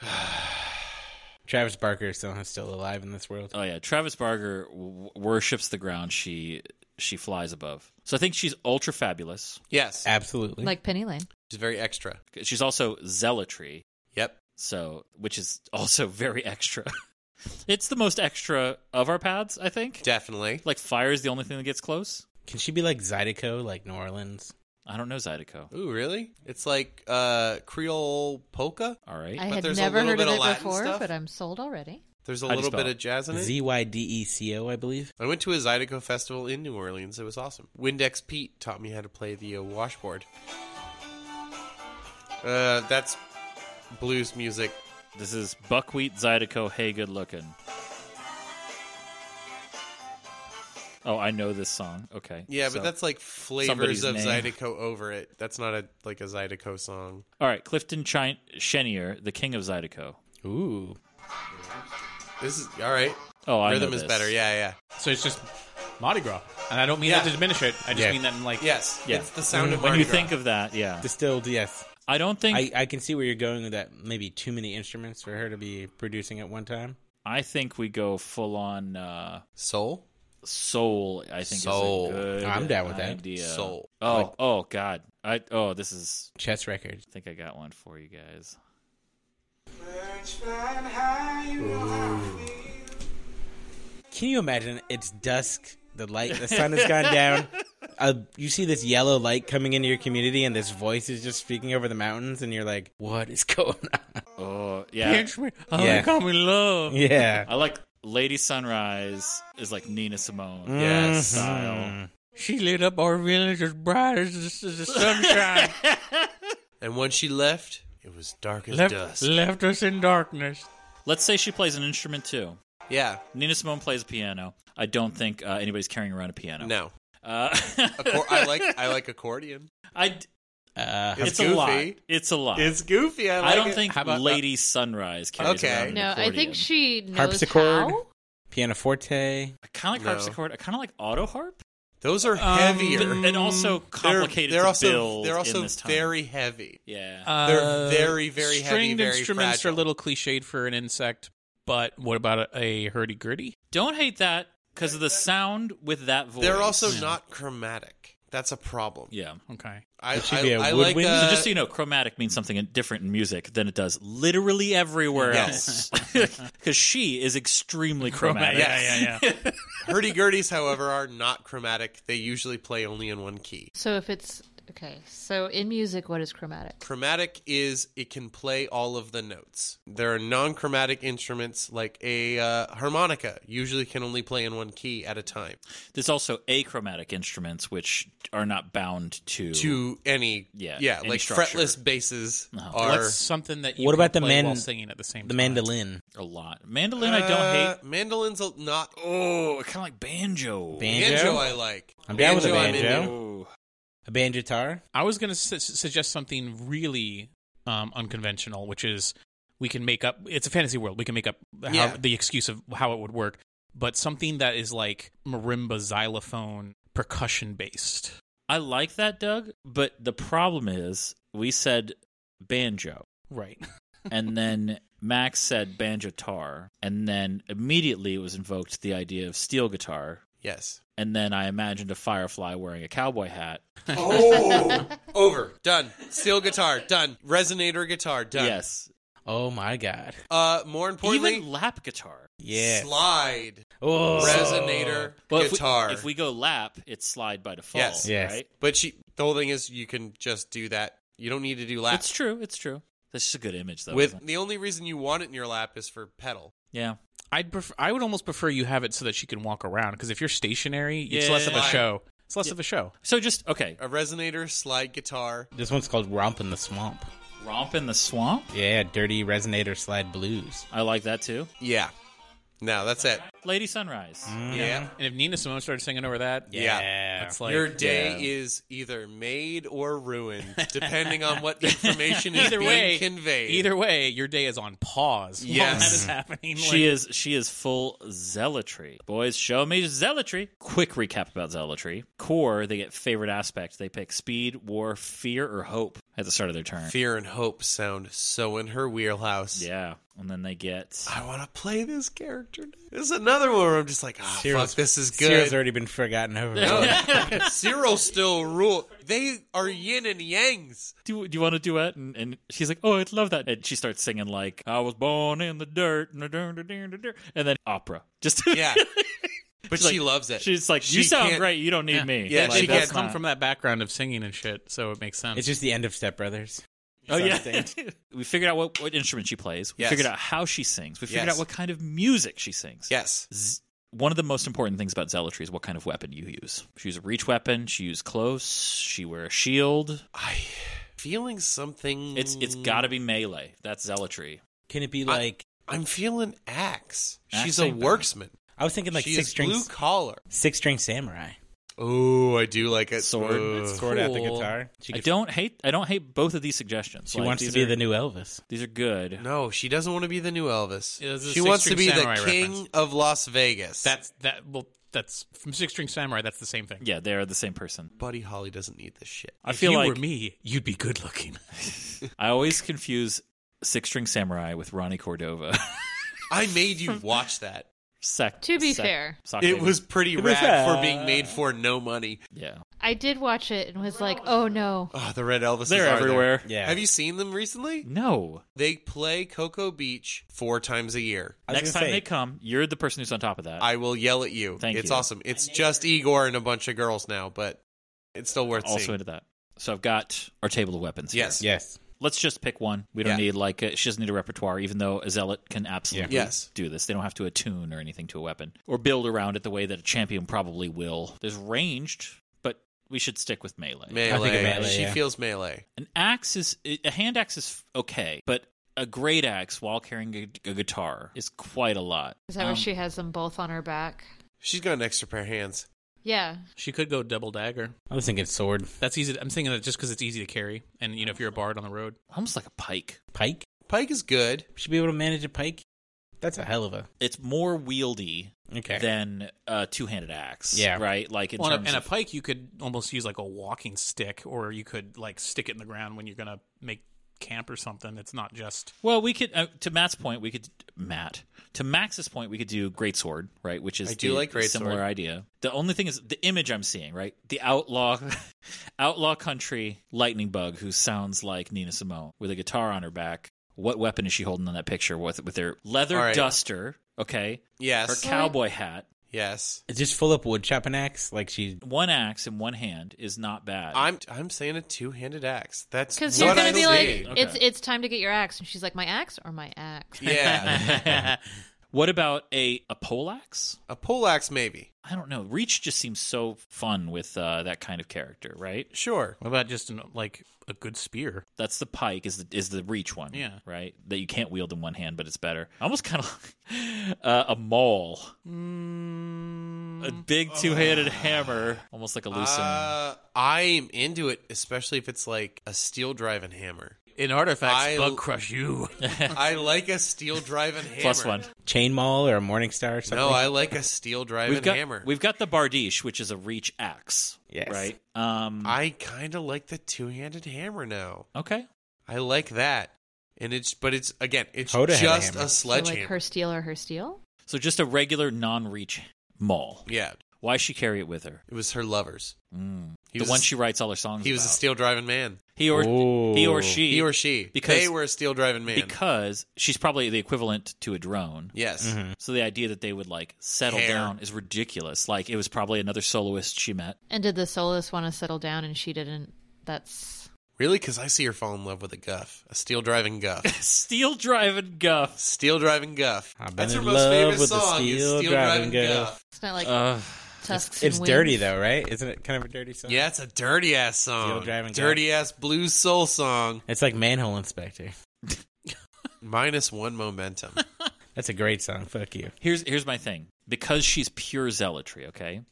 Speaker 4: Travis Barker is somehow still alive in this world.
Speaker 1: oh yeah travis barger w- worships the ground she she flies above so i think she's ultra fabulous
Speaker 3: yes,
Speaker 4: Absolutely.
Speaker 6: Like Penny Lane.
Speaker 3: she's very extra.
Speaker 1: she's also zealotry
Speaker 3: Yep,
Speaker 1: so which is also very extra. it's the most extra of our paths, I think.
Speaker 3: definitely.
Speaker 1: Like fire is the only thing that gets close.
Speaker 4: Can she be like Zydeco, like New Orleans?
Speaker 1: I don't know Zydeco.
Speaker 3: Ooh, really? It's like uh, Creole polka.
Speaker 1: All right,
Speaker 6: I
Speaker 3: But
Speaker 6: had
Speaker 3: there's a
Speaker 6: never
Speaker 3: little
Speaker 6: heard
Speaker 3: bit
Speaker 6: of
Speaker 3: of
Speaker 6: it
Speaker 3: Latin
Speaker 6: before,
Speaker 3: stuff?
Speaker 6: but I'm sold already.
Speaker 3: There's a
Speaker 1: How do you
Speaker 3: little bit
Speaker 1: spell it?
Speaker 3: of jazz in it.
Speaker 4: Z Y D E C O, I believe.
Speaker 3: I went to a Zydeco festival in New Orleans. It was awesome. Windex Pete taught me how to play the uh, washboard. Uh, that's blues music.
Speaker 1: this is buckwheat Zydeco. Hey, good looking. Oh, I know this song. Okay,
Speaker 3: Yeah,
Speaker 1: so-
Speaker 3: but that's like
Speaker 1: somebody's
Speaker 3: flavors of
Speaker 1: name.
Speaker 3: Zydeco over it. That's not a like a Zydeco song.
Speaker 1: all right. Clifton Ch- Chenier, the king of Zydeco.
Speaker 4: Ooh.
Speaker 3: This is all right.
Speaker 1: Oh, I know
Speaker 3: Rhythm is
Speaker 1: this.
Speaker 3: better. Yeah, yeah.
Speaker 2: So it's just Mardi Gras, and I don't mean that to diminish it. I just mean that in like
Speaker 3: Yes,
Speaker 1: Yeah. Mm,
Speaker 3: it's the sound of
Speaker 1: when
Speaker 3: Mardi
Speaker 1: you
Speaker 3: Gras.
Speaker 1: think of that. Yeah,
Speaker 4: Distilled, yes.
Speaker 1: I don't think
Speaker 4: I, I can see where you're going with that. Maybe too many instruments for her to be producing at one time.
Speaker 1: I think we go full on uh,
Speaker 3: soul,
Speaker 1: soul. I think is
Speaker 3: Soul.
Speaker 1: a good.
Speaker 4: I'm down with that.
Speaker 1: idea.
Speaker 3: Soul.
Speaker 1: Oh,
Speaker 4: Like-
Speaker 1: oh God. I oh this is.
Speaker 4: Chess records.
Speaker 1: I think I got one for you guys.
Speaker 4: Can you imagine? It's dusk. The light, the sun has gone down. Uh, you see this yellow light coming into your community, and this voice is just speaking over the mountains, and you're like, "What is going on?"
Speaker 1: Oh yeah,
Speaker 2: Oh,
Speaker 4: Yeah.
Speaker 2: they call me love.
Speaker 4: yeah,
Speaker 1: I like Lady Sunrise is like Nina Simone.
Speaker 3: Yes.
Speaker 1: style.
Speaker 2: She lit up our village as bright as the, as the sunshine.
Speaker 3: and when she left, it was dark as
Speaker 2: left,
Speaker 3: dust.
Speaker 2: left us in darkness.
Speaker 1: Let's say she plays an instrument too.
Speaker 3: Yeah,
Speaker 1: Nina Simone plays piano. I don't think uh, anybody's carrying around a piano.
Speaker 3: no.
Speaker 1: Uh,
Speaker 3: Accor- I like I like accordion.
Speaker 1: I d-
Speaker 4: uh,
Speaker 1: it's,
Speaker 3: It's
Speaker 1: a lot.
Speaker 3: goofy.
Speaker 1: It's a lot.
Speaker 3: It's goofy. I, like
Speaker 1: I don't
Speaker 3: it. uh,
Speaker 1: think
Speaker 2: How about uh,
Speaker 1: Lady Sunrise carries
Speaker 3: Okay.
Speaker 1: around an
Speaker 6: No, I
Speaker 1: accordion.
Speaker 6: think she knows
Speaker 4: Harpsichord?
Speaker 6: how.
Speaker 4: pianoforte.
Speaker 1: I kind of
Speaker 3: No.
Speaker 1: like harpsichord. I kind of like auto harp.
Speaker 3: those are
Speaker 2: Um,
Speaker 3: heavier.
Speaker 1: But, and also
Speaker 3: Mm, They're-
Speaker 1: complicated
Speaker 3: They're,
Speaker 1: to
Speaker 3: also
Speaker 1: build
Speaker 3: they're also
Speaker 1: in this time. Uh,
Speaker 3: very heavy.
Speaker 1: yeah.
Speaker 2: Uh,
Speaker 3: They're very, very heavy,
Speaker 2: stringed
Speaker 3: very
Speaker 2: instruments are
Speaker 3: fragile.
Speaker 2: a little cliched for an insect, but what about a, hurdy gurdy?
Speaker 1: Don't hate that because of the sound with that voice.
Speaker 3: They're also not chromatic. That's a problem.
Speaker 1: Yeah.
Speaker 2: Okay,
Speaker 3: I,
Speaker 4: It should
Speaker 3: I-
Speaker 4: be a
Speaker 3: I like
Speaker 4: woodwind.
Speaker 3: uh,
Speaker 1: so just so you know, chromatic means something different in music than it does literally everywhere
Speaker 3: Yes.
Speaker 1: else. Because she is extremely chromatic.
Speaker 3: Yes.
Speaker 2: yeah, yeah.
Speaker 3: hurdy-gurdies, however, are not chromatic. They usually play only in one key.
Speaker 6: So if it's Okay, so in music, what is chromatic?
Speaker 3: Chromatic is it can play all of the notes. There are non-chromatic instruments like a uh, harmonica usually can only play in one key at a time
Speaker 1: There's also achromatic instruments, which are not bound to.
Speaker 3: to any
Speaker 1: Yeah,
Speaker 3: yeah
Speaker 1: any
Speaker 3: like
Speaker 1: structure. Uh-huh.
Speaker 3: fretless basses are
Speaker 2: What's something that you
Speaker 4: What
Speaker 2: can
Speaker 4: about the
Speaker 2: play
Speaker 4: man-
Speaker 2: while singing at the same
Speaker 4: The
Speaker 2: time?
Speaker 4: mandolin.
Speaker 1: a lot. Mandolin, I don't
Speaker 3: Uh,
Speaker 1: hate.
Speaker 3: mandolin's a, not
Speaker 1: Oh, kind of like banjo.
Speaker 4: Banjo.
Speaker 3: banjo I like.
Speaker 4: I'm down with a
Speaker 3: I'm
Speaker 4: banjo.
Speaker 3: into.
Speaker 1: Ooh.
Speaker 4: A banjo guitar.
Speaker 2: I was going to su- suggest something really um, unconventional, which is we can make up. It's a fantasy world. We can make up how,
Speaker 3: Yeah.
Speaker 2: the excuse of how it would work, but something that is like marimba, xylophone, percussion based.
Speaker 1: I like that, Doug. But the problem is, we said banjo,
Speaker 2: Right.
Speaker 1: and then Max said banjo tar, and then immediately it was invoked the idea of steel guitar.
Speaker 3: Yes.
Speaker 1: And then I imagined a firefly wearing a cowboy hat.
Speaker 3: Oh, over. Done. Steel guitar. Done. Resonator guitar. Done.
Speaker 1: Yes,
Speaker 4: Oh my god.
Speaker 3: Uh, more importantly,
Speaker 1: even lap guitar.
Speaker 4: Yeah.
Speaker 3: slide
Speaker 4: Oh.
Speaker 3: resonator
Speaker 1: Well, if we-
Speaker 3: guitar.
Speaker 1: If we, go lap, it's slide by default.
Speaker 3: Yes.
Speaker 4: Yes.
Speaker 1: Right?
Speaker 3: but she, the whole thing is, you can just do that. You don't need to do lap.
Speaker 1: It's true. It's true. That's just a good image, though.
Speaker 3: With
Speaker 1: isn't it?
Speaker 3: the only reason you want it in your lap is for pedal.
Speaker 1: yeah,
Speaker 2: I'd prefer. I would almost prefer you have it so that she can walk around. Because if you're stationary, it's
Speaker 1: Yeah.
Speaker 2: less of a
Speaker 3: Slide.
Speaker 2: show. It's less of a show.
Speaker 1: so just okay.
Speaker 3: A resonator, slide guitar.
Speaker 4: This one's called Romp in the Swamp.
Speaker 1: Romp in the swamp.
Speaker 4: Yeah, dirty resonator slide blues.
Speaker 1: I like that too.
Speaker 3: Yeah. No, that's it.
Speaker 1: Lady Sunrise.
Speaker 3: Yeah.
Speaker 2: And if Nina Simone started singing over that,
Speaker 3: Yeah.
Speaker 2: that's like
Speaker 3: Your day is either made or ruined, depending on what information is
Speaker 2: either
Speaker 3: being
Speaker 2: way
Speaker 3: conveyed.
Speaker 2: Either way, your day is on pause. while
Speaker 3: Yes.
Speaker 2: that is happening.
Speaker 1: She
Speaker 2: Like-
Speaker 1: is she is full zealotry. Boys, show me zealotry. Quick recap about zealotry. Core, they get favorite aspect. They pick speed, war, fear, or hope at the start of their turn.
Speaker 3: Fear and hope sound so in her wheelhouse.
Speaker 1: Yeah, and then they get
Speaker 3: I want to play this character. now. This is another one where I'm just like, oh, fuck,
Speaker 4: Cyril's-
Speaker 3: this is good.
Speaker 4: Cyril's already been forgotten over.
Speaker 3: Cyril still rule. They are yin and yangs.
Speaker 1: do, do you want to duet? And, and she's like, oh, I'd love that. And she starts singing like, I was born in the dirt, and then opera. Just
Speaker 3: Yeah. But
Speaker 1: She's
Speaker 3: she
Speaker 1: like-
Speaker 3: loves it.
Speaker 1: She's like,
Speaker 3: She
Speaker 1: you sound
Speaker 3: can't-
Speaker 1: great. You don't need me.
Speaker 3: Yeah,
Speaker 1: Like,
Speaker 3: she
Speaker 2: they
Speaker 3: can't
Speaker 2: both
Speaker 1: that's
Speaker 4: uh,
Speaker 2: come
Speaker 1: not-
Speaker 2: from that background of singing and shit, so it makes sense.
Speaker 4: It's just the end of Step Brothers.
Speaker 1: Oh yeah.
Speaker 4: Something.
Speaker 1: we figured out what, what instrument she plays. We
Speaker 3: Yes.
Speaker 1: figured out how she sings. We figured
Speaker 3: Yes.
Speaker 1: out what kind of music she sings.
Speaker 3: Yes.
Speaker 1: Z- one of the most important things about zealotry is what kind of weapon you use. She used a reach weapon. She used close. She wear a shield.
Speaker 3: I feeling something.
Speaker 1: It's it's got to be melee. That's zealotry.
Speaker 4: Can it be like
Speaker 3: I'm feeling axe.
Speaker 1: Axe
Speaker 3: She's a
Speaker 1: ain't bad.
Speaker 3: worksman.
Speaker 4: I was thinking like
Speaker 3: she
Speaker 4: six
Speaker 3: is blue
Speaker 4: strings,
Speaker 3: collar.
Speaker 4: six string samurai
Speaker 3: Oh, I do like it.
Speaker 1: Sword.
Speaker 3: Ooh.
Speaker 4: sword out the
Speaker 2: Cool.
Speaker 4: guitar. She,
Speaker 1: I
Speaker 4: could-
Speaker 1: don't hate I don't hate both of these suggestions.
Speaker 4: she
Speaker 1: Like,
Speaker 4: wants to
Speaker 1: these
Speaker 4: be
Speaker 1: are-
Speaker 4: the new Elvis.
Speaker 1: These are good.
Speaker 3: No, she doesn't want to be the new Elvis.
Speaker 2: Yeah, this is a
Speaker 3: she wants to
Speaker 2: Six
Speaker 3: be
Speaker 2: String
Speaker 3: the
Speaker 2: Samurai
Speaker 3: king
Speaker 2: reference.
Speaker 3: of Las Vegas.
Speaker 2: that's that. Well, that's from Six String Samurai. That's the same thing.
Speaker 1: Yeah, they are the same person.
Speaker 3: Buddy Holly doesn't need this shit.
Speaker 1: I
Speaker 2: if
Speaker 1: feel
Speaker 2: you
Speaker 1: like
Speaker 2: were me, you'd be good looking.
Speaker 1: I always confuse Six String Samurai with Ronnie Cordova.
Speaker 3: I made you watch that.
Speaker 1: Sec,
Speaker 6: To be
Speaker 1: sec-
Speaker 6: fair.
Speaker 1: sock
Speaker 3: It
Speaker 1: baby.
Speaker 3: was pretty
Speaker 4: was
Speaker 3: rad for
Speaker 4: rad.
Speaker 3: being made for no money.
Speaker 1: yeah.
Speaker 6: I did watch it and was like, oh no.
Speaker 3: Oh, the Red Elvis.
Speaker 1: They're everywhere.
Speaker 4: Yeah.
Speaker 3: Have you seen them recently?
Speaker 1: No.
Speaker 3: They play Cocoa Beach four times a year.
Speaker 4: I was
Speaker 1: Next time
Speaker 4: gonna say-
Speaker 1: they come, you're the person who's on top of that.
Speaker 3: I will yell at you.
Speaker 1: Thank
Speaker 3: it's
Speaker 1: you.
Speaker 3: awesome. It's just Igor and a bunch of girls now, but it's still worth
Speaker 1: also
Speaker 3: seeing.
Speaker 1: into that. So I've got our table of weapons. here.
Speaker 3: Yes.
Speaker 4: Yes.
Speaker 1: Let's just pick one. We don't
Speaker 3: Yeah.
Speaker 1: need like a, she doesn't need a repertoire, even though a zealot can absolutely
Speaker 3: Yeah. Yes.
Speaker 1: do this. They don't have to attune or anything to a weapon or build around it the way that a champion probably will. There's ranged, but we should stick with melee.
Speaker 3: Melee.
Speaker 4: I think of melee,
Speaker 3: She
Speaker 4: yeah.
Speaker 3: feels melee.
Speaker 1: An axe is a hand axe is okay, but a great axe while carrying a, a guitar is quite a lot.
Speaker 6: Is that where
Speaker 1: Um,
Speaker 6: she has them both on her back?
Speaker 3: She's got an extra pair of hands.
Speaker 6: Yeah.
Speaker 2: She could go double dagger.
Speaker 4: I was thinking sword,
Speaker 2: That's easy. I'm thinking that just because it's easy to carry, and you know, if you're a bard on the road,
Speaker 1: almost like a pike?
Speaker 4: pike.
Speaker 3: Pike is good.
Speaker 4: Should be able to manage a pike. That's a hell of a
Speaker 1: It's more wieldy
Speaker 4: okay.
Speaker 1: than a two-handed axe.
Speaker 4: Yeah.
Speaker 1: right. Like in
Speaker 2: well, and
Speaker 1: terms
Speaker 2: a, and
Speaker 1: of-
Speaker 2: a pike, you could almost use like a walking stick, or you could like stick it in the ground when you're gonna make camp or something. It's not just
Speaker 1: Well, we could uh, to Matt's point, we could Matt to Max's point, we could do greatsword, right? Which is
Speaker 3: I do
Speaker 1: the
Speaker 3: like greatsword.
Speaker 1: similar idea. The only thing is the image I'm seeing, right? The outlaw, outlaw country lightning bug who sounds like Nina Simone with a guitar on her back. What weapon is she holding in that picture with with her leather
Speaker 3: All right.
Speaker 1: duster? Okay,
Speaker 3: Yes.
Speaker 1: her cowboy hat.
Speaker 3: Yes.
Speaker 4: Just full up wood chopping axe, like she.
Speaker 1: One axe in one hand is not bad.
Speaker 3: I'm I'm saying a two-handed axe. That's
Speaker 6: Because
Speaker 3: what
Speaker 6: he's gonna
Speaker 3: I
Speaker 6: be
Speaker 3: see.
Speaker 6: like,
Speaker 1: Okay.
Speaker 6: it's it's time to get your axe, and she's like, my axe or my axe.
Speaker 3: yeah,
Speaker 1: what about a a pole axe?
Speaker 3: a pole axe maybe.
Speaker 1: I don't know. Reach just seems so fun with uh, that kind of character, right?
Speaker 3: Sure.
Speaker 2: What about just an, like a good spear?
Speaker 1: That's the pike is the, is the reach one,
Speaker 2: Yeah.
Speaker 1: right? That you can't wield in one hand, but it's better. Almost kind of uh, a maul, a big two handed hammer, almost like a lucerne.
Speaker 3: Mm, Uh, I'm into it, especially if it's like a steel driving hammer.
Speaker 2: In artifacts,
Speaker 3: I-
Speaker 2: bug crush you.
Speaker 3: I like a steel driving hammer.
Speaker 1: Plus one.
Speaker 4: chain maul or a morning star or something.
Speaker 3: No, I like a steel driving
Speaker 1: We've got
Speaker 3: hammer.
Speaker 1: we've got the bardiche, which is a reach axe,
Speaker 4: Yes.
Speaker 1: right? Um,
Speaker 3: I kind of like the two handed hammer now.
Speaker 1: okay,
Speaker 3: I like that, and it's but it's again, it's
Speaker 4: Hoda had a
Speaker 3: just
Speaker 4: hammer.
Speaker 3: a
Speaker 6: So like
Speaker 3: sledgehammer.
Speaker 6: her steel or her steel.
Speaker 1: so just a regular non-reach maul.
Speaker 3: yeah,
Speaker 1: Why she carry it with her?
Speaker 3: it was her lovers.
Speaker 1: Mm.
Speaker 3: He
Speaker 1: the
Speaker 3: was
Speaker 1: one
Speaker 3: a-
Speaker 1: she writes all her songs.
Speaker 3: He was a
Speaker 1: about.
Speaker 3: steel driving man.
Speaker 1: He or
Speaker 4: Ooh.
Speaker 1: he or she
Speaker 3: He or she,
Speaker 1: because-
Speaker 3: they were a steel driving man.
Speaker 1: because she's probably the equivalent to a drone.
Speaker 3: yes,
Speaker 1: So the idea that they would like settle
Speaker 3: Hair.
Speaker 1: down is ridiculous. Like it was probably another soloist she met.
Speaker 6: And did the soloist want to settle down, and she didn't? That's
Speaker 3: really, because I see her fall in love with a guff, a steel driving guff.
Speaker 1: Steel driving guff.
Speaker 3: Steel Driving Guff.
Speaker 4: I've been
Speaker 3: That's her
Speaker 4: in
Speaker 3: most
Speaker 4: love
Speaker 3: famous
Speaker 4: with the
Speaker 3: song. is
Speaker 4: Steel
Speaker 3: Steel
Speaker 4: Driving
Speaker 3: Driving,
Speaker 4: Guff.
Speaker 3: Guff.
Speaker 6: it's not like
Speaker 1: Uh,
Speaker 6: tusks.
Speaker 4: It's
Speaker 6: and
Speaker 4: dirty
Speaker 6: wings.
Speaker 4: though, right? Isn't it kind of a dirty song?
Speaker 3: Yeah, it's a dirty ass song.
Speaker 4: Steel Driving Guff.
Speaker 3: dirty ass blues soul song.
Speaker 4: It's like Manhole Inspector.
Speaker 3: Minus one momentum.
Speaker 4: That's a great song. Fuck you.
Speaker 1: here's here's my thing. Because she's pure zealotry, okay?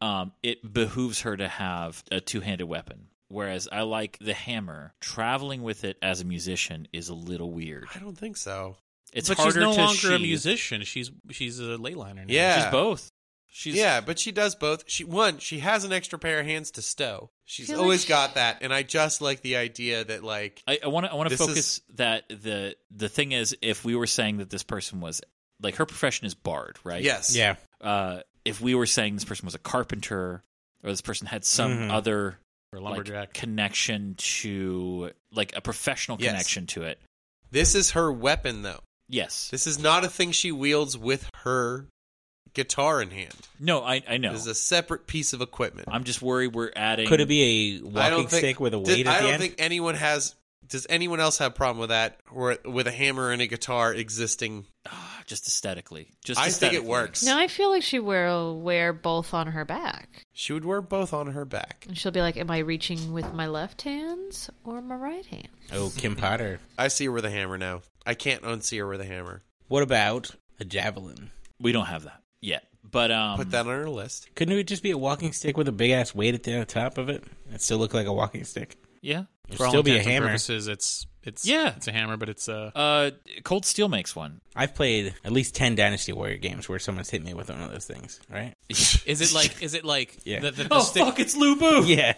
Speaker 1: Um, it behooves her to have a two handed weapon. Whereas I like the hammer. Traveling with it as a musician is a little weird.
Speaker 3: I don't think so.
Speaker 1: It's
Speaker 2: but
Speaker 1: harder
Speaker 2: she's no
Speaker 1: to
Speaker 2: longer a
Speaker 1: sheathe.
Speaker 2: musician. She's she's a ley liner now.
Speaker 3: Yeah.
Speaker 1: She's both. She's
Speaker 3: yeah, but she does both. She one, she has an extra pair of hands to stow. She's
Speaker 6: Feel like
Speaker 3: always
Speaker 6: she-
Speaker 3: got that, and I just like the idea that like
Speaker 1: I want to. I want to
Speaker 3: This
Speaker 1: focus
Speaker 3: is-
Speaker 1: that the the thing is, if we were saying that this person was like her profession is bard, right?
Speaker 3: yes,
Speaker 4: Yeah.
Speaker 1: Uh, if we were saying this person was a carpenter or this person had some
Speaker 3: Mm-hmm.
Speaker 4: Mhm.
Speaker 1: other
Speaker 2: Or
Speaker 1: like,
Speaker 2: lumberjack.
Speaker 1: connection to like a professional
Speaker 3: Yes.
Speaker 1: connection to it,
Speaker 3: This is her weapon though.
Speaker 1: yes.
Speaker 3: This is not a thing she wields with her guitar in hand.
Speaker 1: no, I I know.
Speaker 3: This is a separate piece of equipment.
Speaker 1: I'm just worried we're adding.
Speaker 4: Could it be a
Speaker 3: I
Speaker 4: walking
Speaker 3: don't think,
Speaker 4: stick with a
Speaker 3: Did-
Speaker 4: weight
Speaker 3: I
Speaker 4: at the
Speaker 3: don't
Speaker 4: end?
Speaker 3: think anyone has. Does anyone else have a problem with that, or with a hammer and a guitar existing?
Speaker 1: Ah, just aesthetically? Just
Speaker 3: I think it
Speaker 1: aesthetically.
Speaker 3: works.
Speaker 6: No, I feel like she will wear both on her back,
Speaker 3: She would wear both on her back.
Speaker 6: and she'll be like, "Am I reaching with my left hands or my right hand?"
Speaker 4: Oh, Kim Potter.
Speaker 3: I see her with a hammer now. I can't unsee her with a hammer.
Speaker 4: What about a javelin?
Speaker 1: We don't have that yet, but um,
Speaker 3: Put that on her list.
Speaker 4: Couldn't it just be a walking stick with a big ass weight at the top of it? It still look like a walking stick.
Speaker 1: yeah.
Speaker 4: It'd
Speaker 2: For all
Speaker 4: still be a
Speaker 2: intents and
Speaker 4: hammer.
Speaker 2: purposes, it's it's
Speaker 1: Yeah.
Speaker 2: it's a hammer, but it's uh
Speaker 1: Uh, Cold Steel makes one.
Speaker 4: I've played at least ten Dynasty Warrior games where someone's hit me with one of those things, right?
Speaker 2: is it like is it like
Speaker 4: Yeah.
Speaker 2: the, the, the
Speaker 1: Oh
Speaker 2: stick?
Speaker 1: fuck! It's Lubu.
Speaker 4: Yeah.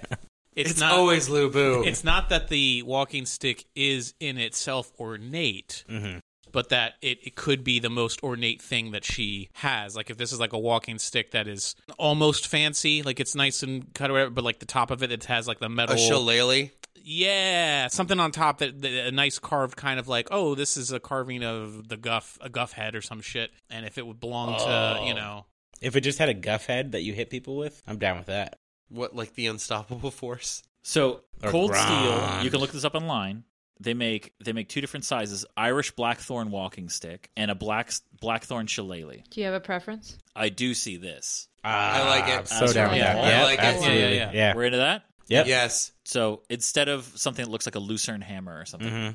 Speaker 2: It's, not
Speaker 3: Lubu.
Speaker 2: it's not that the walking stick is in itself ornate,
Speaker 4: Mhm.
Speaker 2: but that it, it could be the most ornate thing that she has. Like if this is like a walking stick that is almost fancy, like it's nice and cut or whatever, but like the top of it, it has like the metal.
Speaker 3: a shillelagh.
Speaker 2: yeah, something on top that, that a nice carved kind of like oh this is a carving of the guff a guff head or some shit, and if it would belong to you know
Speaker 4: If it just had a guff head that you hit people with, I'm down with that.
Speaker 3: What like the unstoppable force?
Speaker 1: So
Speaker 4: Or
Speaker 1: cold steel,
Speaker 4: grind.
Speaker 1: you can look this up online. They make they make two different sizes: Irish blackthorn walking stick and a black blackthorn shillelagh.
Speaker 6: Do you have a preference?
Speaker 1: I do see this.
Speaker 3: I like it.
Speaker 4: Ah, So down with
Speaker 6: Absolutely.
Speaker 4: that.
Speaker 6: I
Speaker 4: Yeah,
Speaker 3: like it.
Speaker 4: absolutely.
Speaker 2: Yeah,
Speaker 4: Yeah.
Speaker 2: yeah,
Speaker 1: We're into that.
Speaker 4: Yep.
Speaker 3: Yes,
Speaker 1: So instead of something that looks like a lucerne hammer or something,
Speaker 3: Mm-hmm.
Speaker 4: Mhm.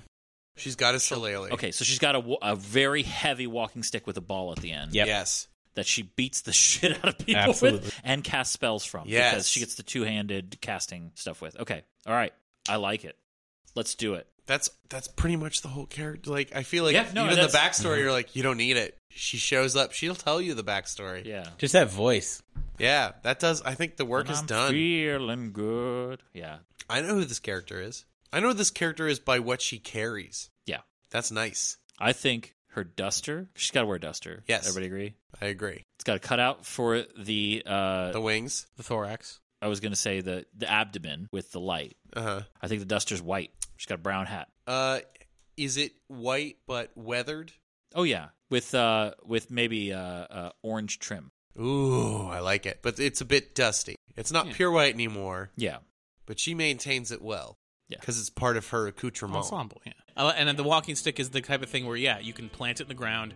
Speaker 3: she's got a shillelagh.
Speaker 1: okay, so she's got a, wa- a very heavy walking stick with a ball at the end
Speaker 4: Yep.
Speaker 3: Yes.
Speaker 1: that she beats the shit out of people
Speaker 4: Absolutely.
Speaker 1: with and casts spells from
Speaker 3: Yes.
Speaker 1: because she gets the two handed casting stuff with. Okay, all right, I like it. Let's do it.
Speaker 3: That's that's pretty much the whole character. Like I feel like
Speaker 1: Yeah, no,
Speaker 3: even the
Speaker 1: that's- Mm-hmm.
Speaker 3: backstory, you're like, you don't need it. She shows up. She'll tell you the backstory.
Speaker 1: Yeah,
Speaker 4: Just that voice.
Speaker 3: Yeah, that does. I think the work
Speaker 1: And
Speaker 3: is
Speaker 1: I'm
Speaker 3: done.
Speaker 1: Feeling good. Yeah,
Speaker 3: I know who this character is. I know who this character is by what she carries.
Speaker 1: yeah.
Speaker 3: That's nice.
Speaker 1: I think her duster. She's got to wear a duster.
Speaker 3: Yes.
Speaker 1: everybody agree.
Speaker 3: I agree.
Speaker 1: It's got a cutout for the. Uh,
Speaker 3: The wings.
Speaker 2: the thorax.
Speaker 1: I was gonna say the the abdomen with the light.
Speaker 3: Uh-huh.
Speaker 1: I think the duster's white. She's got a brown hat.
Speaker 3: Uh is it white but weathered?
Speaker 1: Oh yeah, with uh with maybe uh, uh orange trim.
Speaker 3: Ooh, I like it. But it's a bit dusty. It's not
Speaker 1: Yeah.
Speaker 3: pure white anymore,
Speaker 1: Yeah.
Speaker 3: but she maintains it well.
Speaker 1: Yeah.
Speaker 3: Because it's part of her accoutrement.
Speaker 6: ensemble. Yeah,
Speaker 2: Uh,
Speaker 6: I li- and then the walking stick is the type of thing where yeah, you can plant it in the ground,